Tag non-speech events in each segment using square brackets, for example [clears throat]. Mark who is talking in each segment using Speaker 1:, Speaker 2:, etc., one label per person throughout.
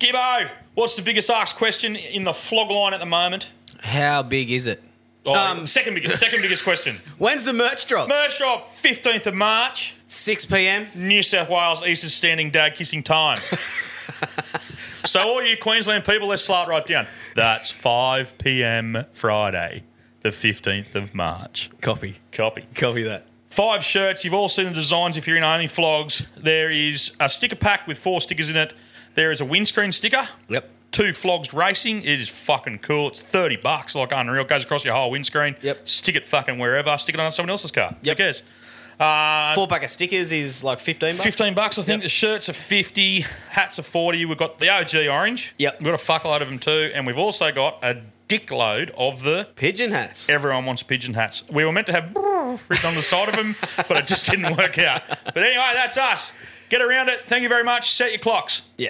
Speaker 1: Gibbo, what's the biggest asked question in the flog line at the moment?
Speaker 2: How big is it?
Speaker 1: Oh, second biggest, second biggest question.
Speaker 2: When's the merch drop?
Speaker 1: Merch shop, 15th of March,
Speaker 2: 6 p.m.
Speaker 1: New South Wales Eastern Standing Dad Kissing Time. so, all you Queensland people, let's slide right down. That's 5 p.m. Friday, the 15th of March.
Speaker 2: Copy.
Speaker 1: Copy.
Speaker 2: Copy that.
Speaker 1: Five shirts. You've all seen the designs if you're in only flogs. There is a sticker pack with four stickers in it. There is a windscreen sticker.
Speaker 2: Yep.
Speaker 1: Two flogs racing. It is fucking cool. It's thirty bucks, like unreal. Goes across your whole windscreen.
Speaker 2: Yep.
Speaker 1: Stick it fucking wherever. Stick it on someone else's car.
Speaker 2: Yep.
Speaker 1: Who cares?
Speaker 2: Four pack of stickers is like 15 bucks.
Speaker 1: Fifteen bucks, I think. The shirts are fifty. Hats are forty. We've got the OG orange.
Speaker 2: Yep.
Speaker 1: We've got a fuckload of them too, and we've also got a dickload of the
Speaker 2: Pigeon hats.
Speaker 1: everyone wants pigeon hats. We were meant to have brrr written on the side of them, [laughs] but it just didn't work out. But anyway, that's us. Get around it. Thank you very much. Set your clocks.
Speaker 2: Yeah.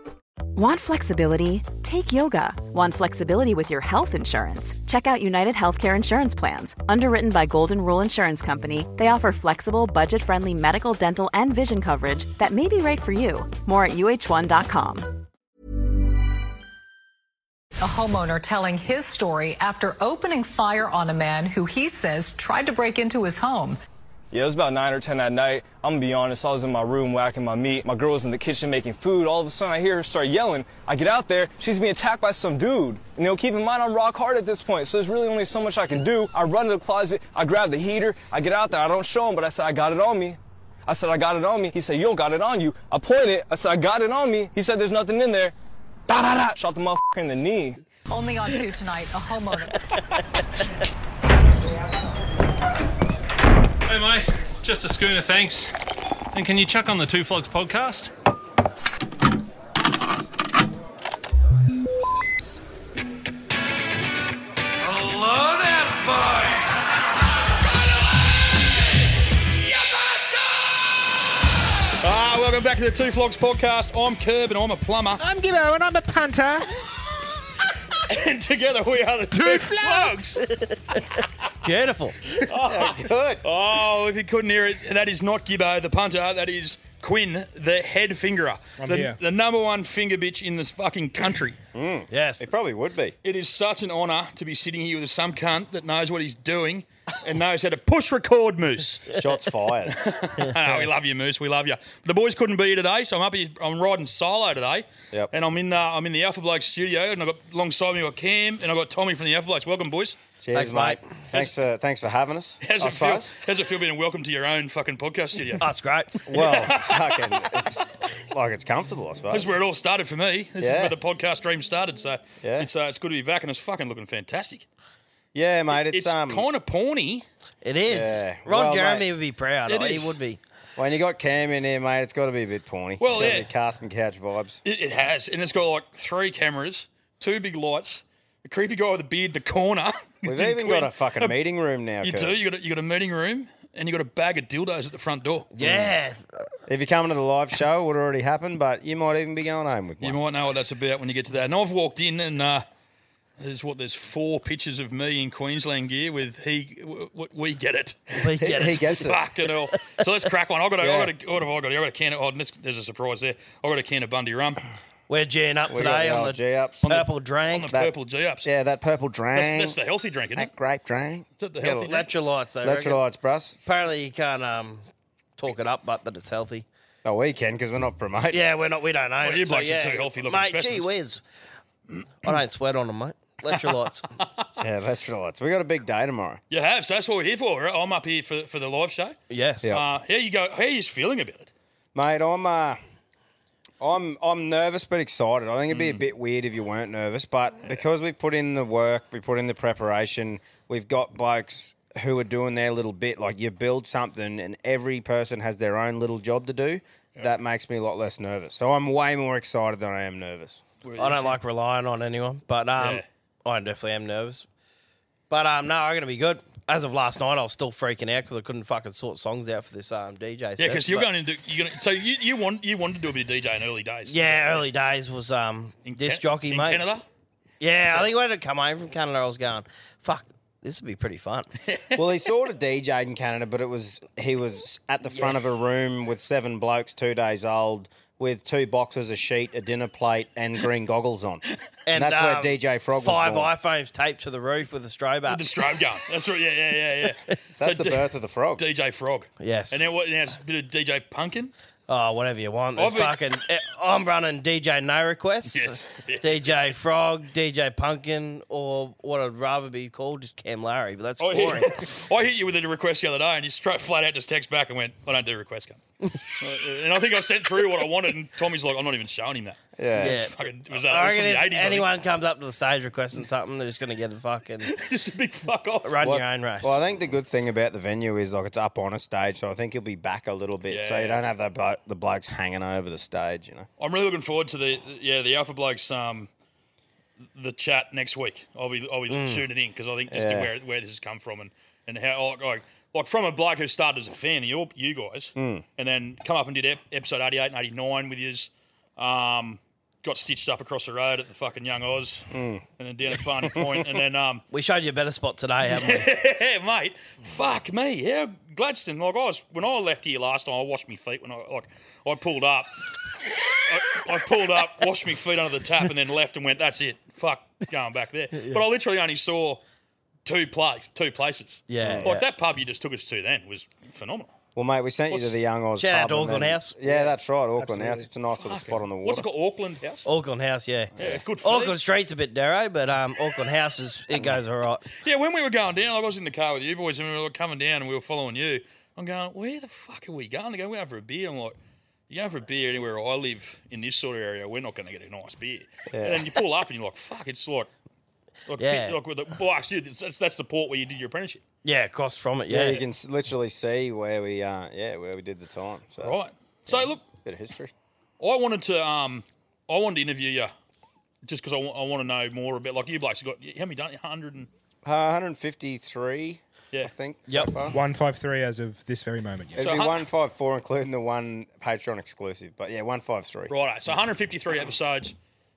Speaker 3: Want flexibility? Take yoga. Want flexibility with your health insurance? Check out United Healthcare Insurance Plans. Underwritten by Golden Rule Insurance Company, they offer flexible, budget friendly medical, dental, and vision coverage that may be right for you. More at uh1.com.
Speaker 4: A homeowner telling his story after opening fire on a man who he says tried to break into his home.
Speaker 5: Yeah, it was about 9 or 10 at night. I'm gonna be honest, I was in my room whacking my meat. My girl was in the kitchen making food. All of a sudden, I hear her start yelling. I get out there, she's being attacked by some dude. You know, keep in mind, I'm rock hard at this point, so there's really only so much I can do. I run to the closet, I grab the heater, I get out there, I don't show him, but I said, I got it on me. I said, I got it on me. He said, You don't got it on you. I pointed, I said, I got it on me. He said, There's nothing in there. Da da da! Shot the motherfucker in the knee.
Speaker 4: Only on two tonight, a homeowner.
Speaker 6: Hey mate, just a schooner, thanks. And can you chuck on the Two Flogs podcast?
Speaker 1: Ah, welcome back to the Two Flogs podcast. I'm Curb and I'm a [laughs] plumber.
Speaker 7: I'm Gibbo and I'm a punter.
Speaker 1: And together we are the Two, Flogs.
Speaker 2: Beautiful.
Speaker 1: Oh, if you couldn't hear it, that is not Gibbo the punter. That is Quinn the head fingerer. the,
Speaker 8: here.
Speaker 1: the number one finger bitch in this fucking country.
Speaker 2: [laughs] Yes.
Speaker 8: It probably would be.
Speaker 1: It is such an honour to be sitting here with some cunt that knows what he's doing and knows how to push record moose.
Speaker 8: Shots fired.
Speaker 1: Ah, we love you, Moose. We love you. The boys couldn't be here today, so I'm up here. I'm riding solo today.
Speaker 8: Yep.
Speaker 1: And I'm in the I'm in the Alpha Blokes studio, and I've got alongside me I've got Cam and I've got Tommy from the Alpha Blokes. Welcome, boys.
Speaker 8: [laughs] Cheers, mate. Thanks for thanks for having us.
Speaker 1: How's
Speaker 8: I
Speaker 1: it feel?
Speaker 8: suppose.
Speaker 1: How's it feel being welcome to your own fucking podcast studio?
Speaker 2: That's great.
Speaker 8: Well, fucking, it's like it's comfortable, I suppose.
Speaker 1: This is where it all started for me. This
Speaker 8: Yeah.
Speaker 1: is where the podcast dream started. So
Speaker 8: Yeah.
Speaker 1: it's uh, it's good to be back, and it's fucking looking fantastic.
Speaker 8: yeah, mate. It's,
Speaker 1: It's,
Speaker 8: um
Speaker 1: kind of porny.
Speaker 2: It is.
Speaker 8: Yeah.
Speaker 2: Ron
Speaker 8: Well,
Speaker 2: Jeremy
Speaker 8: mate,
Speaker 2: would be proud.
Speaker 1: it
Speaker 2: he
Speaker 1: is.
Speaker 2: would be.
Speaker 8: when you got Cam in here, mate, it's got to be a bit porny.
Speaker 1: Well,
Speaker 8: It's gotta
Speaker 1: yeah.
Speaker 8: be casting couch vibes.
Speaker 1: It, it has, and it's got like three cameras, two big lights, a creepy guy with a beard in the corner. [laughs]
Speaker 8: We've even got a fucking meeting room now.
Speaker 1: You
Speaker 8: Kurt.
Speaker 1: do. You got a, you got a meeting room, and you got a bag of dildos at the front door.
Speaker 2: Mm. Yeah.
Speaker 8: If you're coming to the live show, it would already happen, but you might even be going home with
Speaker 1: You
Speaker 8: one.
Speaker 1: might know what that's about when you get to that. And I've walked in, and uh, there's what there's four pictures of me in Queensland gear with he. W- w- we get it.
Speaker 2: We get
Speaker 8: He
Speaker 2: it.
Speaker 8: gets it.
Speaker 1: Fucking hell. So let's crack one. I got a,
Speaker 8: Yeah.
Speaker 1: I got a, what have I got? here? I got a can of. Oh, this, there's a surprise there. I got a can of Bundy rum
Speaker 2: We're geeing up
Speaker 8: We got
Speaker 2: today
Speaker 8: the
Speaker 2: on
Speaker 8: old
Speaker 2: the
Speaker 8: G-ups.
Speaker 2: purple
Speaker 1: on the
Speaker 2: drink.
Speaker 8: That-
Speaker 1: purple G ups.
Speaker 8: Yeah, that purple drink.
Speaker 1: That's, that's the healthy drink, isn't it?
Speaker 8: that grape drink.
Speaker 1: Is that the healthy drink?
Speaker 2: Electrolytes. they reckon.
Speaker 8: Electrolytes, bruss.
Speaker 2: Apparently you can't um, talk it up, but that it's healthy.
Speaker 8: Oh, we can because we're not promoting.
Speaker 2: Yeah, we're not. We don't own
Speaker 1: Well,
Speaker 2: it.
Speaker 1: you
Speaker 2: so
Speaker 1: blokes are
Speaker 2: yeah.
Speaker 1: too healthy looking
Speaker 2: mate.
Speaker 1: specimens.
Speaker 2: Gee whiz, [clears throat] I don't sweat on them, mate. [laughs] Electrolytes.
Speaker 8: Yeah, that's right. So we got a big day tomorrow.
Speaker 1: You have. So that's what we're here for. right? I'm up here for, for the live show.
Speaker 2: yes.
Speaker 8: Yeah.
Speaker 1: Uh, here you go. How are you feeling about it?
Speaker 8: Mate, I'm uh I'm I'm nervous but excited. I think it'd be
Speaker 2: Mm.
Speaker 8: a bit weird if you weren't nervous, but because we've put in the work, we put in the preparation, we've got blokes who are doing their little bit. Like you build something and every person has their own little job to do. that makes me a lot less nervous. So I'm way more excited than I am nervous.
Speaker 2: I don't like relying on anyone, but um,
Speaker 8: Yeah.
Speaker 2: I definitely am nervous. But um, no, I'm gonna be good. As of last night, I was still freaking out because I couldn't fucking sort songs out for this um DJ.
Speaker 1: Yeah,
Speaker 2: set,
Speaker 1: because you're
Speaker 2: but-
Speaker 1: going into you're going to, so you, you want you wanted to do a bit of DJ in early days.
Speaker 2: Yeah, early days was um
Speaker 1: Ca-
Speaker 2: disc jockey,
Speaker 1: in
Speaker 2: mate.
Speaker 1: Canada?
Speaker 2: Yeah, I think when I come home from Canada, I was going, fuck, this would be pretty fun.
Speaker 8: [laughs] well, he sort of DJ'd in Canada, but it was he was at the front of a room with seven blokes, two days old, with two boxes, a sheet, a dinner plate, and green
Speaker 2: [laughs]
Speaker 8: goggles on. And, that's
Speaker 2: um,
Speaker 8: where DJ Frog was
Speaker 2: Five
Speaker 8: born.
Speaker 2: iPhones taped to the roof with a strobe up.
Speaker 1: With the strobe
Speaker 2: [laughs]
Speaker 1: gun. That's right. Yeah, yeah, yeah, yeah.
Speaker 8: That's the birth of the frog.
Speaker 1: DJ Frog.
Speaker 2: Yes.
Speaker 1: And now what? Now it's a bit of DJ Punkin.
Speaker 2: Oh, whatever you want.
Speaker 1: I've
Speaker 2: There's
Speaker 1: been-
Speaker 2: fucking. eh, I'm running DJ No Requests,
Speaker 1: Yes. [laughs]
Speaker 2: DJ Frog, DJ Pumpkin, or what I'd rather be called, just Cam Larry. But that's
Speaker 1: I [laughs]
Speaker 2: boring.
Speaker 1: hit, I hit you with a request the other day, and you straight flat out just text back and went, "I don't do requests, cunt."
Speaker 2: [laughs]
Speaker 1: Uh, and I think I sent through what I wanted, and Tommy's like, "I'm not even showing him that."
Speaker 2: Yeah. Yeah.
Speaker 1: Fucking, was that,
Speaker 2: I
Speaker 1: was
Speaker 2: reckon
Speaker 1: from the
Speaker 2: if
Speaker 1: 80s, I think.
Speaker 2: anyone comes up to the stage requesting something, they're just going to get a fucking
Speaker 1: [laughs] just a big fuck off.
Speaker 2: Run
Speaker 8: Well,
Speaker 2: your own race.
Speaker 8: Well, I think the good thing about the venue is like it's up on a stage, so I think he'll be back a little bit, so
Speaker 1: Yeah.
Speaker 8: you don't have the blo- the blokes hanging over the stage, you know.
Speaker 1: I'm really looking forward to the yeah the Alpha Blokes um the chat next week. I'll be I'll be
Speaker 8: Mm.
Speaker 1: tuning in because I think just to
Speaker 8: Yeah.
Speaker 1: where where this has come from and and how like, like like from a bloke who started as a fan of your, you guys
Speaker 8: Mm.
Speaker 1: and then come up and did ep- episode 88 and 89 with yous. Um, got stitched up across the road at the fucking Young Oz
Speaker 8: Mm.
Speaker 1: and then down at Barney Point and then um
Speaker 2: we showed you a better spot today, um, haven't
Speaker 1: [laughs]
Speaker 2: we?
Speaker 1: yeah, mate. Fuck me. How Gladstone? Like I was when I left here last time. I washed my feet when I like I pulled up. I, I pulled up, washed my feet under the tap, and then left and went. That's it. Fuck going back there.
Speaker 9: Yeah.
Speaker 1: But I literally only saw two place, two places.
Speaker 8: Yeah,
Speaker 1: like
Speaker 8: yeah.
Speaker 1: that pub you just took us to then was phenomenal.
Speaker 8: Well, mate, we sent you to the Young Oz.
Speaker 1: Shout out
Speaker 8: pub
Speaker 1: to
Speaker 8: and
Speaker 1: Auckland
Speaker 8: then-
Speaker 1: House.
Speaker 8: Yeah, that's right, Auckland House.
Speaker 2: Absolutely.
Speaker 8: It's a nice little spot on the water.
Speaker 1: What's it called? Auckland House.
Speaker 2: Auckland House, yeah.
Speaker 1: Yeah, good for
Speaker 2: Auckland
Speaker 1: you.
Speaker 2: Street's a bit narrow, but um, Auckland House is it goes all right.
Speaker 1: Yeah, when we were going down, like, I was in the car with you boys, and we were coming down, and we were following you. I'm going, where the fuck are we going? They go, we're going for a beer. I'm like, you going for a beer anywhere I live in this sort of area, we're not going to get a nice beer.
Speaker 2: Yeah.
Speaker 1: And then you pull up, and you're like, fuck, it's like, like,
Speaker 2: Yeah.
Speaker 1: like with the, well, actually, that's, that's the port where you did your apprenticeship.
Speaker 2: Yeah, across from it.
Speaker 8: Yeah,
Speaker 2: Yeah,
Speaker 8: you can s- literally see where we, uh, yeah, where we did the time. So.
Speaker 1: Right. So look,
Speaker 8: bit of history.
Speaker 1: I wanted to, um, I wanted to interview you just because I want to know more about, like, you blokes have got, how many done? 100 and,
Speaker 8: Uh, 153, I think. So far.
Speaker 10: One five three as of this very moment.
Speaker 8: It'd
Speaker 10: Yes.
Speaker 8: be 154, including the one Patreon exclusive. But yeah, 153.
Speaker 1: Right, so 153 episodes,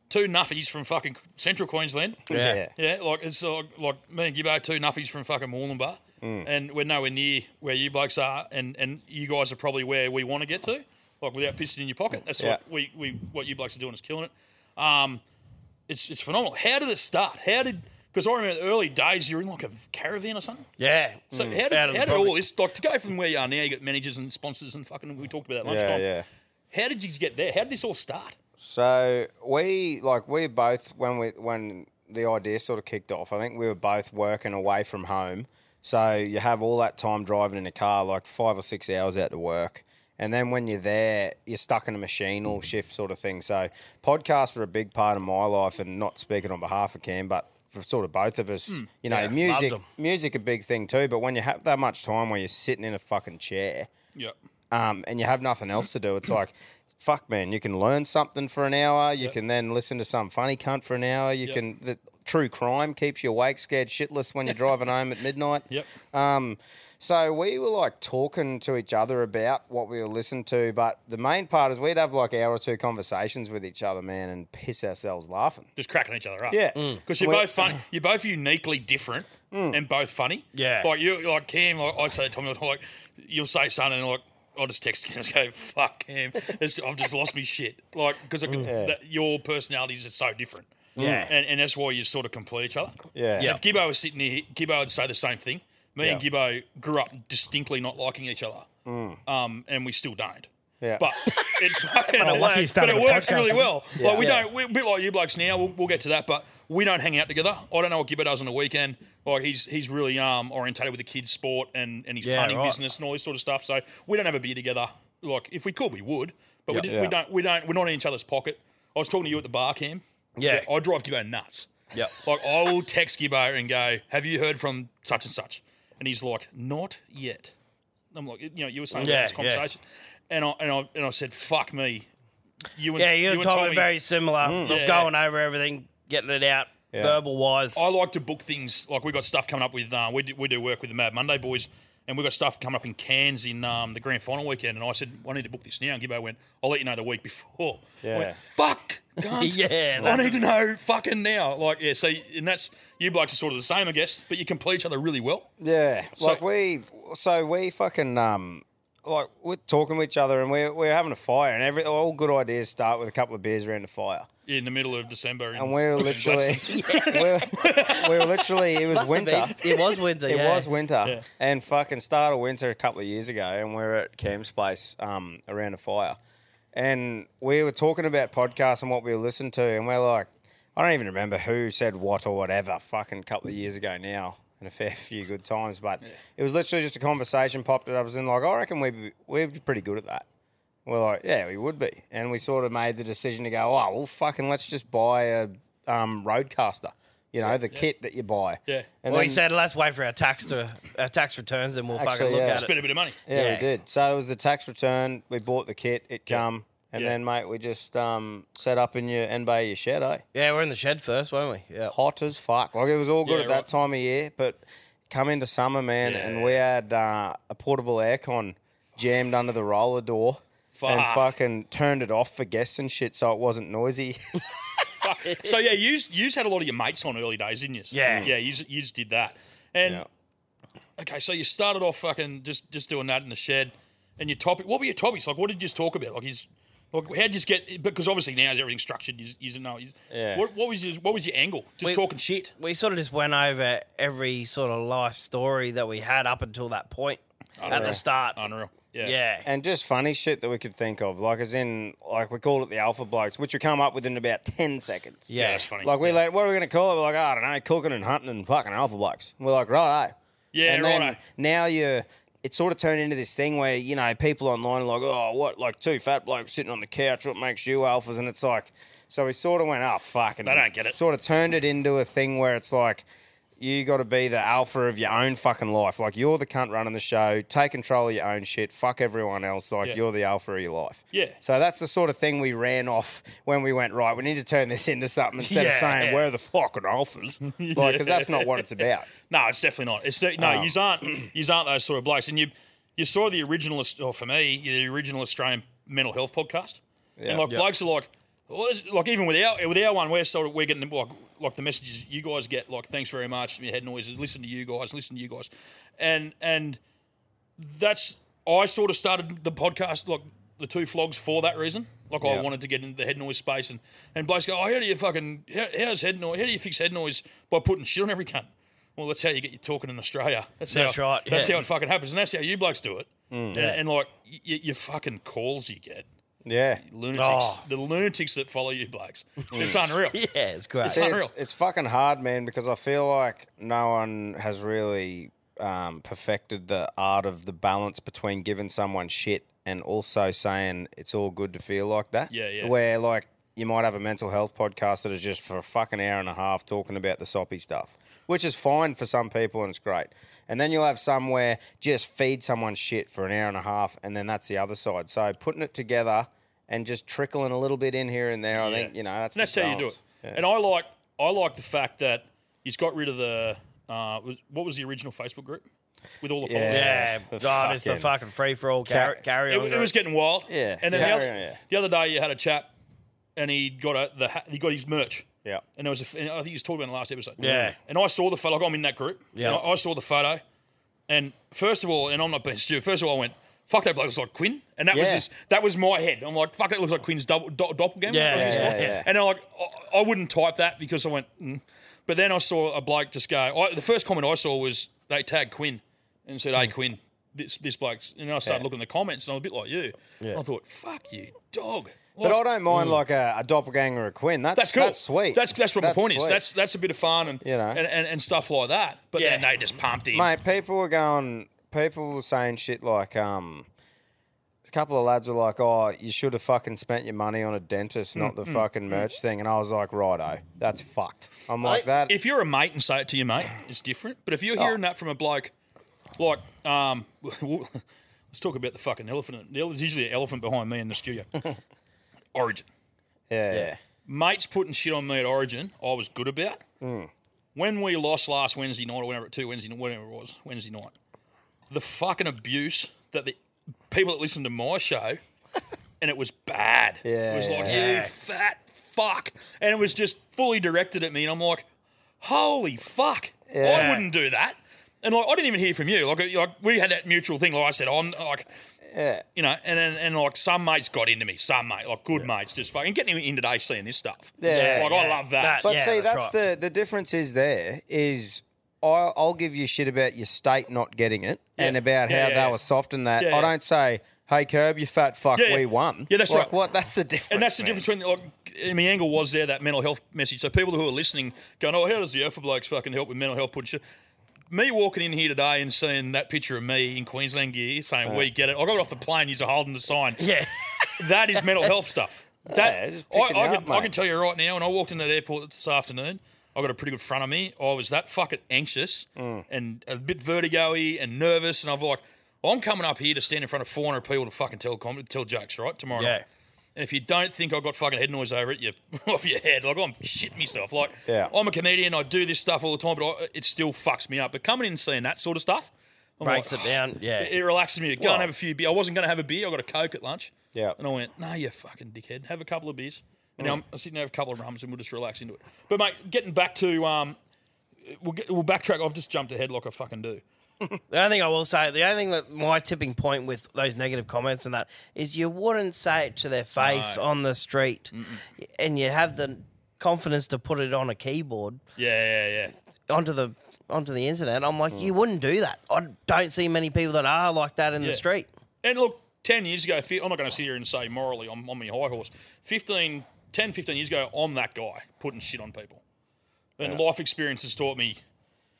Speaker 1: two nuffies from fucking central Queensland.
Speaker 8: Yeah.
Speaker 1: Yeah, like it's like, like me and Gibbo, two nuffies from fucking Moorlanbar.
Speaker 8: Mm.
Speaker 1: And we're nowhere near where you blokes are, and, and you guys are probably where we want to get to, like without pissing in your pocket. That's
Speaker 8: Yeah.
Speaker 1: what we, we what you blokes are doing is killing it. Um, it's it's phenomenal. How did it start? How did because I remember the early days you were in like a caravan or something.
Speaker 2: Yeah.
Speaker 1: So
Speaker 2: Mm.
Speaker 1: how did,
Speaker 2: Out
Speaker 1: how
Speaker 2: of the
Speaker 1: did
Speaker 2: public.
Speaker 1: all this like to go from where you are now? You got managers and sponsors and fucking we talked about that lunchtime.
Speaker 8: Yeah, yeah.
Speaker 1: How did you get there? How did this all start?
Speaker 8: So we like we both when we when the idea sort of kicked off, I think we were both working away from home. So you have all that time driving in a car, like five or six hours out to work. And then when you're there, you're stuck in a machine all shift sort of thing. So podcasts were a big part of my life and not speaking on behalf of Cam, but for sort of both of us,
Speaker 1: Mm.
Speaker 8: you know,
Speaker 1: Yeah,
Speaker 8: music
Speaker 1: loved 'em.
Speaker 8: music a big thing too, but when you have that much time where you're sitting in a fucking chair,
Speaker 1: Yeah.
Speaker 8: um, and you have nothing else to do. It's like, fuck, man, you can learn something for an hour. You can then listen to some funny cunt for an hour. You
Speaker 1: Yep.
Speaker 8: can the true crime keeps you awake, scared shitless when you're driving home at midnight.
Speaker 1: [laughs] Yep.
Speaker 8: Um, so we were like talking to each other about what we were listening to, but the main part is we'd have like hour or two conversations with each other, man, and piss ourselves laughing.
Speaker 1: just cracking each other up.
Speaker 8: Yeah. Mm.
Speaker 1: because you're
Speaker 8: We-
Speaker 1: both fun. You're both uniquely different
Speaker 8: Mm.
Speaker 1: and both funny.
Speaker 8: Yeah.
Speaker 1: like you, like Cam. Like I say, to Tommy, like you'll say something, and like I'll just text Cam and just go, "Fuck Cam, It's- I've just lost me shit." Like because
Speaker 8: Yeah.
Speaker 1: your personalities are so different.
Speaker 8: Yeah.
Speaker 1: and, and that's why you sort of complete each other.
Speaker 8: Yeah.
Speaker 1: And
Speaker 8: Yeah.
Speaker 1: If Gibbo was sitting here, Gibbo would say the same thing. Me and
Speaker 8: Yeah.
Speaker 1: Gibbo grew up distinctly not liking each other,
Speaker 8: Mm.
Speaker 1: um, and we still don't.
Speaker 8: Yeah.
Speaker 1: But it, [laughs] fucking
Speaker 8: [laughs] Well, lucky you
Speaker 1: works, but
Speaker 8: started
Speaker 1: it
Speaker 8: a
Speaker 1: works
Speaker 8: podcast,
Speaker 1: really
Speaker 8: huh?
Speaker 1: well.
Speaker 8: Yeah.
Speaker 1: Like we
Speaker 8: Yeah.
Speaker 1: don't, we're a bit like you blokes now. We'll, we'll get to that, but we don't hang out together. I don't know what Gibbo does on the weekend. Like he's he's really um orientated with the kids' sport and and his
Speaker 2: Yeah,
Speaker 1: punting
Speaker 2: right.
Speaker 1: business and all this sort of stuff. So we don't have a beer together. Like if we could, we would, but
Speaker 2: Yeah.
Speaker 1: we, did,
Speaker 2: Yeah.
Speaker 1: we don't. We don't. We're not in each other's pocket. I was talking to you at the bar, Cam.
Speaker 2: Yeah.
Speaker 1: I drive Gibbo nuts.
Speaker 2: Yeah.
Speaker 1: Like I will text Gibbo and go, "Have you heard from such and such?" And he's like, "Not yet." I'm like, you know, you were saying about
Speaker 2: Yeah,
Speaker 1: this
Speaker 2: yeah.
Speaker 1: conversation, and I and I and I said, "Fuck me." You and,
Speaker 2: yeah, you, and Tommy,
Speaker 1: Tommy
Speaker 2: very similar
Speaker 1: Mm.
Speaker 2: of
Speaker 1: Yeah.
Speaker 2: going over everything, getting it out, verbal wise.
Speaker 1: I like to book things. Like we got stuff coming up with. Um, we do, we do work with the Mad Monday boys, and we got stuff coming up in Cairns in um, the grand final weekend. And I said, I need to book this now. And Gibbo went, I'll let you know the week before. I went,
Speaker 2: [laughs]
Speaker 1: fuck. cunt.
Speaker 2: yeah,
Speaker 1: I
Speaker 2: that's-
Speaker 1: need to know fucking now. Like, yeah, so, and that's, you blokes are sort of the same, I guess, but you can play each other really well.
Speaker 8: Yeah,
Speaker 1: So-
Speaker 8: like we, so we fucking um, like we're talking with each other and we're we're having a fire and every all good ideas start with a couple of beers around the fire.
Speaker 1: In the middle of December. in- [laughs]
Speaker 8: And we're
Speaker 1: in
Speaker 8: literally,
Speaker 1: Gladstone.
Speaker 8: [laughs] we're, we're literally, it was
Speaker 1: Must have
Speaker 8: winter.
Speaker 1: been. It was winter,
Speaker 8: It
Speaker 1: yeah.
Speaker 8: was winter.
Speaker 1: Yeah.
Speaker 8: And fucking start of winter a couple of years ago, and we were at Cam's place um, around a fire. And we were talking about podcasts and what we listened to, and we're like, I don't even remember who said what or whatever, fucking couple of years ago now, and a fair [laughs] few good times. But it was literally just a conversation popped it up. I was in like, I reckon we'd be, we'd be pretty good at that. We're like, yeah, we would be. And we sort of made the decision to go, oh, well, fucking let's just buy a um, Roadcaster, you know, the kit that you buy.
Speaker 2: Yeah.
Speaker 8: And
Speaker 2: well, he
Speaker 8: then-
Speaker 2: said, let's wait for our tax to our tax returns, and we'll fucking
Speaker 8: Actually,
Speaker 2: look
Speaker 8: yeah.
Speaker 2: at it.
Speaker 8: Spend a bit
Speaker 1: of money.
Speaker 8: Yeah, we did. So it was the tax return. We bought the kit. It come, and
Speaker 2: Yeah.
Speaker 8: then mate, we just um, set up in your and by your shed, eh?
Speaker 2: Yeah, we're in the shed first, weren't we? Yeah.
Speaker 8: Hot as fuck. Like it was all good
Speaker 2: Yeah,
Speaker 8: at that
Speaker 2: right.
Speaker 8: time of year, but come into summer, man, and we had uh, a portable aircon jammed under the roller door. And
Speaker 1: Fuck.
Speaker 8: fucking turned it off for guests and shit, so it wasn't noisy. [laughs]
Speaker 1: so yeah, you you had a lot of your mates on early days, didn't you?
Speaker 8: Yeah.
Speaker 1: yeah, you you did that, and okay, so you started off fucking just just doing that in the shed, and your topic. What were your topics? Like, what did you just talk about? Like, is like how would you get? Because obviously now everything's structured. You, you know. You,
Speaker 2: Yeah.
Speaker 1: What, what was your what was your angle? Just
Speaker 2: We-
Speaker 1: talking shit.
Speaker 2: We sort of just went over every sort of life story that we had up until that point at
Speaker 8: Unreal.
Speaker 2: the start.
Speaker 1: Unreal. Yeah.
Speaker 2: Yeah.
Speaker 8: And just funny shit that we could think of. Like, as in, like, we called it the Alpha Blokes, which we come up with in about 10 seconds.
Speaker 2: Yeah, Yeah. that's funny.
Speaker 8: Like, we like, what are we going to call it? We're like, I don't know, cooking and hunting and fucking Alpha Blokes. We're like, right,
Speaker 1: Yeah,
Speaker 8: and then
Speaker 1: righto.
Speaker 8: Now you're. It sort of turned into this thing where, you know, people online are like, oh, what, like two fat blokes sitting on the couch, what makes you alphas? And it's like, so we sort of went, oh, fucking.
Speaker 1: They don't get it.
Speaker 8: Sort of turned it into a thing where it's like, you got to be the alpha of your own fucking life. Like you're the cunt running the show. Take control of your own shit. Fuck everyone else. Like
Speaker 1: Yeah.
Speaker 8: you're the alpha of your life.
Speaker 1: Yeah.
Speaker 8: So that's the sort of thing we ran off when we went right. We need to turn this into something instead of
Speaker 1: Yeah.
Speaker 8: saying we're the fucking alphas.
Speaker 1: [laughs]
Speaker 8: Like because that's not what it's about.
Speaker 1: No, it's definitely not. It's de- no,
Speaker 8: Um,
Speaker 1: you aren't [clears throat] you aren't those sort of blokes. And you you saw the original, Aus- or for me, the original Australian mental health podcast.
Speaker 8: Yeah.
Speaker 1: And like
Speaker 8: Yeah.
Speaker 1: blokes are like, well, this- like even with our with our one, we're sort of we're getting like like the messages you guys get, like thanks very much, your head noises, listen to you guys, listen to you guys, and and that's I sort of started the podcast like the two flogs for that reason. Like I
Speaker 8: Yeah.
Speaker 1: wanted to get into the head noise space, and and blokes go, oh, how do you fucking how, how's head noise? How do you fix head noise by putting shit on every cunt? Well, that's how you get you talking in Australia. That's,
Speaker 2: That's
Speaker 1: how,
Speaker 2: right,
Speaker 1: That's
Speaker 2: yeah.
Speaker 1: how it fucking happens, and that's how you blokes do it.
Speaker 8: Mm.
Speaker 1: And,
Speaker 8: Yeah.
Speaker 1: and like y- y- your fucking calls you get,
Speaker 8: Yeah.
Speaker 1: lunatics, the lunatics that follow you blokes, it's unreal. Yeah,
Speaker 2: it's
Speaker 1: It's
Speaker 8: See,
Speaker 1: unreal.
Speaker 8: It's, fucking hard, man, because I feel like no one has really um, perfected the art of the balance between giving someone shit and also saying it's all good to feel like that.
Speaker 1: Yeah, yeah.
Speaker 8: Where like you might have a mental health podcast that is just for a fucking hour and a half talking about the soppy stuff, which is fine for some people and it's great. And then you'll have some where just feed someone shit for an hour and a half, and then that's the other side. So putting it together and just trickling a little bit in here and there, I
Speaker 1: Yeah.
Speaker 8: think you know that's
Speaker 1: and that's
Speaker 8: the
Speaker 1: how you do it.
Speaker 8: balance. Yeah.
Speaker 1: And I like I like the fact that he's got rid of the uh, was- what was the original Facebook group with all the followers. [laughs]
Speaker 2: Yeah, Oh, God, it's the fucking free for all carry, carry
Speaker 1: it,
Speaker 2: on.
Speaker 1: it was getting wild.
Speaker 2: Yeah,
Speaker 1: and then the
Speaker 2: carry
Speaker 1: other,
Speaker 2: on, yeah.
Speaker 1: the other day you had a chap, and he got a the ha- he got his merch.
Speaker 8: Yeah,
Speaker 1: and there was a, f- and I think he was talking about it in the last episode.
Speaker 2: Yeah.
Speaker 1: and I saw the photo. Like I'm in that group.
Speaker 2: Yeah.
Speaker 1: and I, I saw the photo, and first of all, and I'm not being stupid. First of all, I went. Fuck that bloke looks like Quinn, and that was
Speaker 2: Yeah.
Speaker 1: just, that was my head. I'm like, fuck that looks like Quinn's double do, doppelganger.
Speaker 2: Yeah,
Speaker 1: I think it's
Speaker 2: yeah,
Speaker 1: called.
Speaker 2: yeah.
Speaker 1: And I'm like, I, I wouldn't type that because I went. Mm. But then I saw a bloke just go. I, the first comment I saw was they tagged Quinn and said, "Hey Quinn, this this bloke's." And I started
Speaker 8: Yeah.
Speaker 1: looking at the comments, and I was a bit like you.
Speaker 8: Yeah.
Speaker 1: I thought, fuck you, dog.
Speaker 8: But I
Speaker 1: Like-
Speaker 8: don't mind
Speaker 1: Mm.
Speaker 8: like a, a doppelganger or a Quinn. That's,
Speaker 1: That's cool.
Speaker 8: That's sweet.
Speaker 1: That's that's what my point is.
Speaker 8: sweet.
Speaker 1: That's that's a bit of fun and
Speaker 8: You know.
Speaker 1: and, and, and stuff like that. But then they just pumped him.
Speaker 8: mate. People were going. People were saying shit like, um, a couple of lads were like, "Oh, you should have fucking spent your money on a dentist, not the
Speaker 1: mm,
Speaker 8: fucking merch thing." And I was like, "Righto, that's fucked." I'm like
Speaker 1: I-
Speaker 8: that. Oh.
Speaker 1: If you're a mate and say it to your mate, it's different. But if you're hearing that from a bloke, like um, [laughs] Let's talk about the fucking elephant. There's usually an elephant behind me in the
Speaker 8: [laughs]
Speaker 1: studio. Origin.
Speaker 8: Yeah. yeah.
Speaker 1: Mates putting shit on me at Origin, I was good about.
Speaker 8: Mm.
Speaker 1: When we lost last Wednesday night, or whenever, two Wednesday, whatever it was, Wednesday night, the fucking abuse that the people that listen to my
Speaker 8: [laughs]
Speaker 1: show, and it was bad.
Speaker 8: Yeah.
Speaker 1: It was like, you
Speaker 8: yeah.
Speaker 1: fat fuck. And it was just fully directed at me. And I'm like, holy fuck. I
Speaker 8: Yeah.
Speaker 1: wouldn't do that. And like, I didn't even hear from you. Like, I- like we had that mutual thing. Like I said, I'm like,
Speaker 8: yeah.
Speaker 1: you know, and then and like some mates got into me. Some mate, like good mates, just fucking getting in today seeing this stuff.
Speaker 8: Yeah,
Speaker 1: like I
Speaker 8: yeah.
Speaker 1: love that.
Speaker 8: But see, that's, the the difference is there is I'll, I'll give you shit about your state not getting it and
Speaker 1: Yeah.
Speaker 8: about
Speaker 1: Yeah,
Speaker 8: how
Speaker 1: yeah,
Speaker 8: they
Speaker 1: yeah.
Speaker 8: were soft in that.
Speaker 1: Yeah,
Speaker 8: I
Speaker 1: yeah.
Speaker 8: don't say, "Hey, Curb, you fat fuck,
Speaker 1: Yeah, yeah.
Speaker 8: we won."
Speaker 1: Yeah, that's
Speaker 8: Like,
Speaker 1: right.
Speaker 8: What? That's the difference.
Speaker 1: And that's the difference between, like, and the angle was there, that mental health message. So people who are listening going, oh, how does the Alpha Blokes fucking help with mental health? Put shit. Me walking in here today and seeing that picture of me in Queensland gear saying,
Speaker 8: Yeah.
Speaker 1: we get it. I got off the plane, you're holding the sign.
Speaker 2: Yeah.
Speaker 1: that is mental health
Speaker 8: [laughs]
Speaker 1: stuff.
Speaker 8: Yeah,
Speaker 1: That,
Speaker 8: just
Speaker 1: I,
Speaker 8: picking
Speaker 1: I,
Speaker 8: it
Speaker 1: can,
Speaker 8: up,
Speaker 1: I
Speaker 8: mate.
Speaker 1: can tell you right now, when I walked in that airport this afternoon, I got a pretty good front of me. I was that fucking anxious
Speaker 8: Mm.
Speaker 1: and a bit vertigo-y and nervous. And I'm like, I'm coming up here to stand in front of 400 people to fucking tell, com- tell jokes, right, tomorrow night.
Speaker 2: Yeah.
Speaker 1: And if you don't think I got fucking head noise over it, you [laughs] off your head. Like I'm shitting myself. Like
Speaker 8: Yeah.
Speaker 1: I'm a comedian. I do this stuff all the time, but I, it still fucks me up. But coming in and seeing that sort of stuff I'm
Speaker 2: Breaks
Speaker 1: like, [sighs]
Speaker 2: it down, yeah.
Speaker 1: it, it relaxes me. Go
Speaker 2: Well-
Speaker 1: and have a few beer. I wasn't going to have a beer. I got a coke at lunch.
Speaker 8: Yeah.
Speaker 1: And I went, no, you fucking dickhead. Have a couple of beers. And
Speaker 8: Mm.
Speaker 1: I'm, I'm sitting there, have a couple of rums, and we'll just relax into it. But mate, getting back to um, we'll, get, we'll backtrack. I've just jumped ahead like I fucking do.
Speaker 2: The only thing I will say, the only thing that my tipping point with those negative comments and that is you wouldn't say it to their face
Speaker 1: No.
Speaker 2: on the street, and you have the confidence to put it on a keyboard
Speaker 1: Yeah, yeah, yeah.
Speaker 2: onto the onto the internet. I'm like,
Speaker 1: Mm.
Speaker 2: you wouldn't do that. I don't see many people that are like that in the
Speaker 1: Yeah.
Speaker 2: street.
Speaker 1: And look, 10 years ago, fi- I'm not going to sit here and say morally I'm on my high horse. 15, 10, 15 years ago, I'm that guy putting shit on people. And
Speaker 2: Yeah.
Speaker 1: life experience has taught me,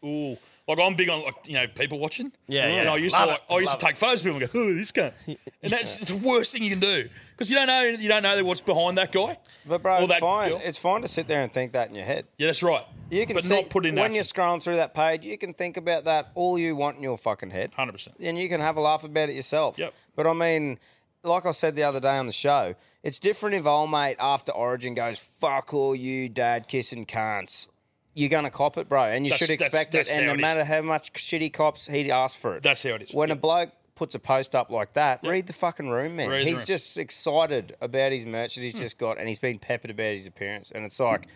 Speaker 1: ooh, like I'm big on like you know people watching.
Speaker 2: Yeah,
Speaker 1: And
Speaker 2: yeah.
Speaker 1: I used to
Speaker 2: Love it,
Speaker 1: like, I used
Speaker 2: love
Speaker 1: to take photos of people and go, ooh, this
Speaker 8: [laughs]
Speaker 1: guy. And that's it's the worst thing you can do because you don't know you don't know what's behind that guy.
Speaker 8: But bro,
Speaker 1: Or
Speaker 8: it's
Speaker 1: that
Speaker 8: fine.
Speaker 1: girl.
Speaker 8: It's fine to sit there and think that in your head.
Speaker 1: Yeah, that's right.
Speaker 8: You can
Speaker 1: but
Speaker 8: see-
Speaker 1: not put in
Speaker 8: when
Speaker 1: action.
Speaker 8: you're scrolling through that page. You can think about that all you want in your fucking head,
Speaker 1: hundred percent,
Speaker 8: and you can have a laugh about it yourself. Yep. But I mean, like I said the other day on the show, it's different if old mate after Origin goes fuck all you dad kissing cunts. You're gonna cop it, bro, and you
Speaker 1: That's-
Speaker 8: should
Speaker 1: that's-
Speaker 8: expect
Speaker 1: that's
Speaker 8: it. And
Speaker 1: how
Speaker 8: no
Speaker 1: it is.
Speaker 8: matter how much shit he cops, he asks for it.
Speaker 1: That's how it is.
Speaker 8: When a bloke puts a post up like that, read the fucking room, man.
Speaker 1: Read the
Speaker 8: he's
Speaker 1: room.
Speaker 8: just excited about his merch that he's
Speaker 1: Hmm.
Speaker 8: just got, and he's been peppered about his appearance. And it's like,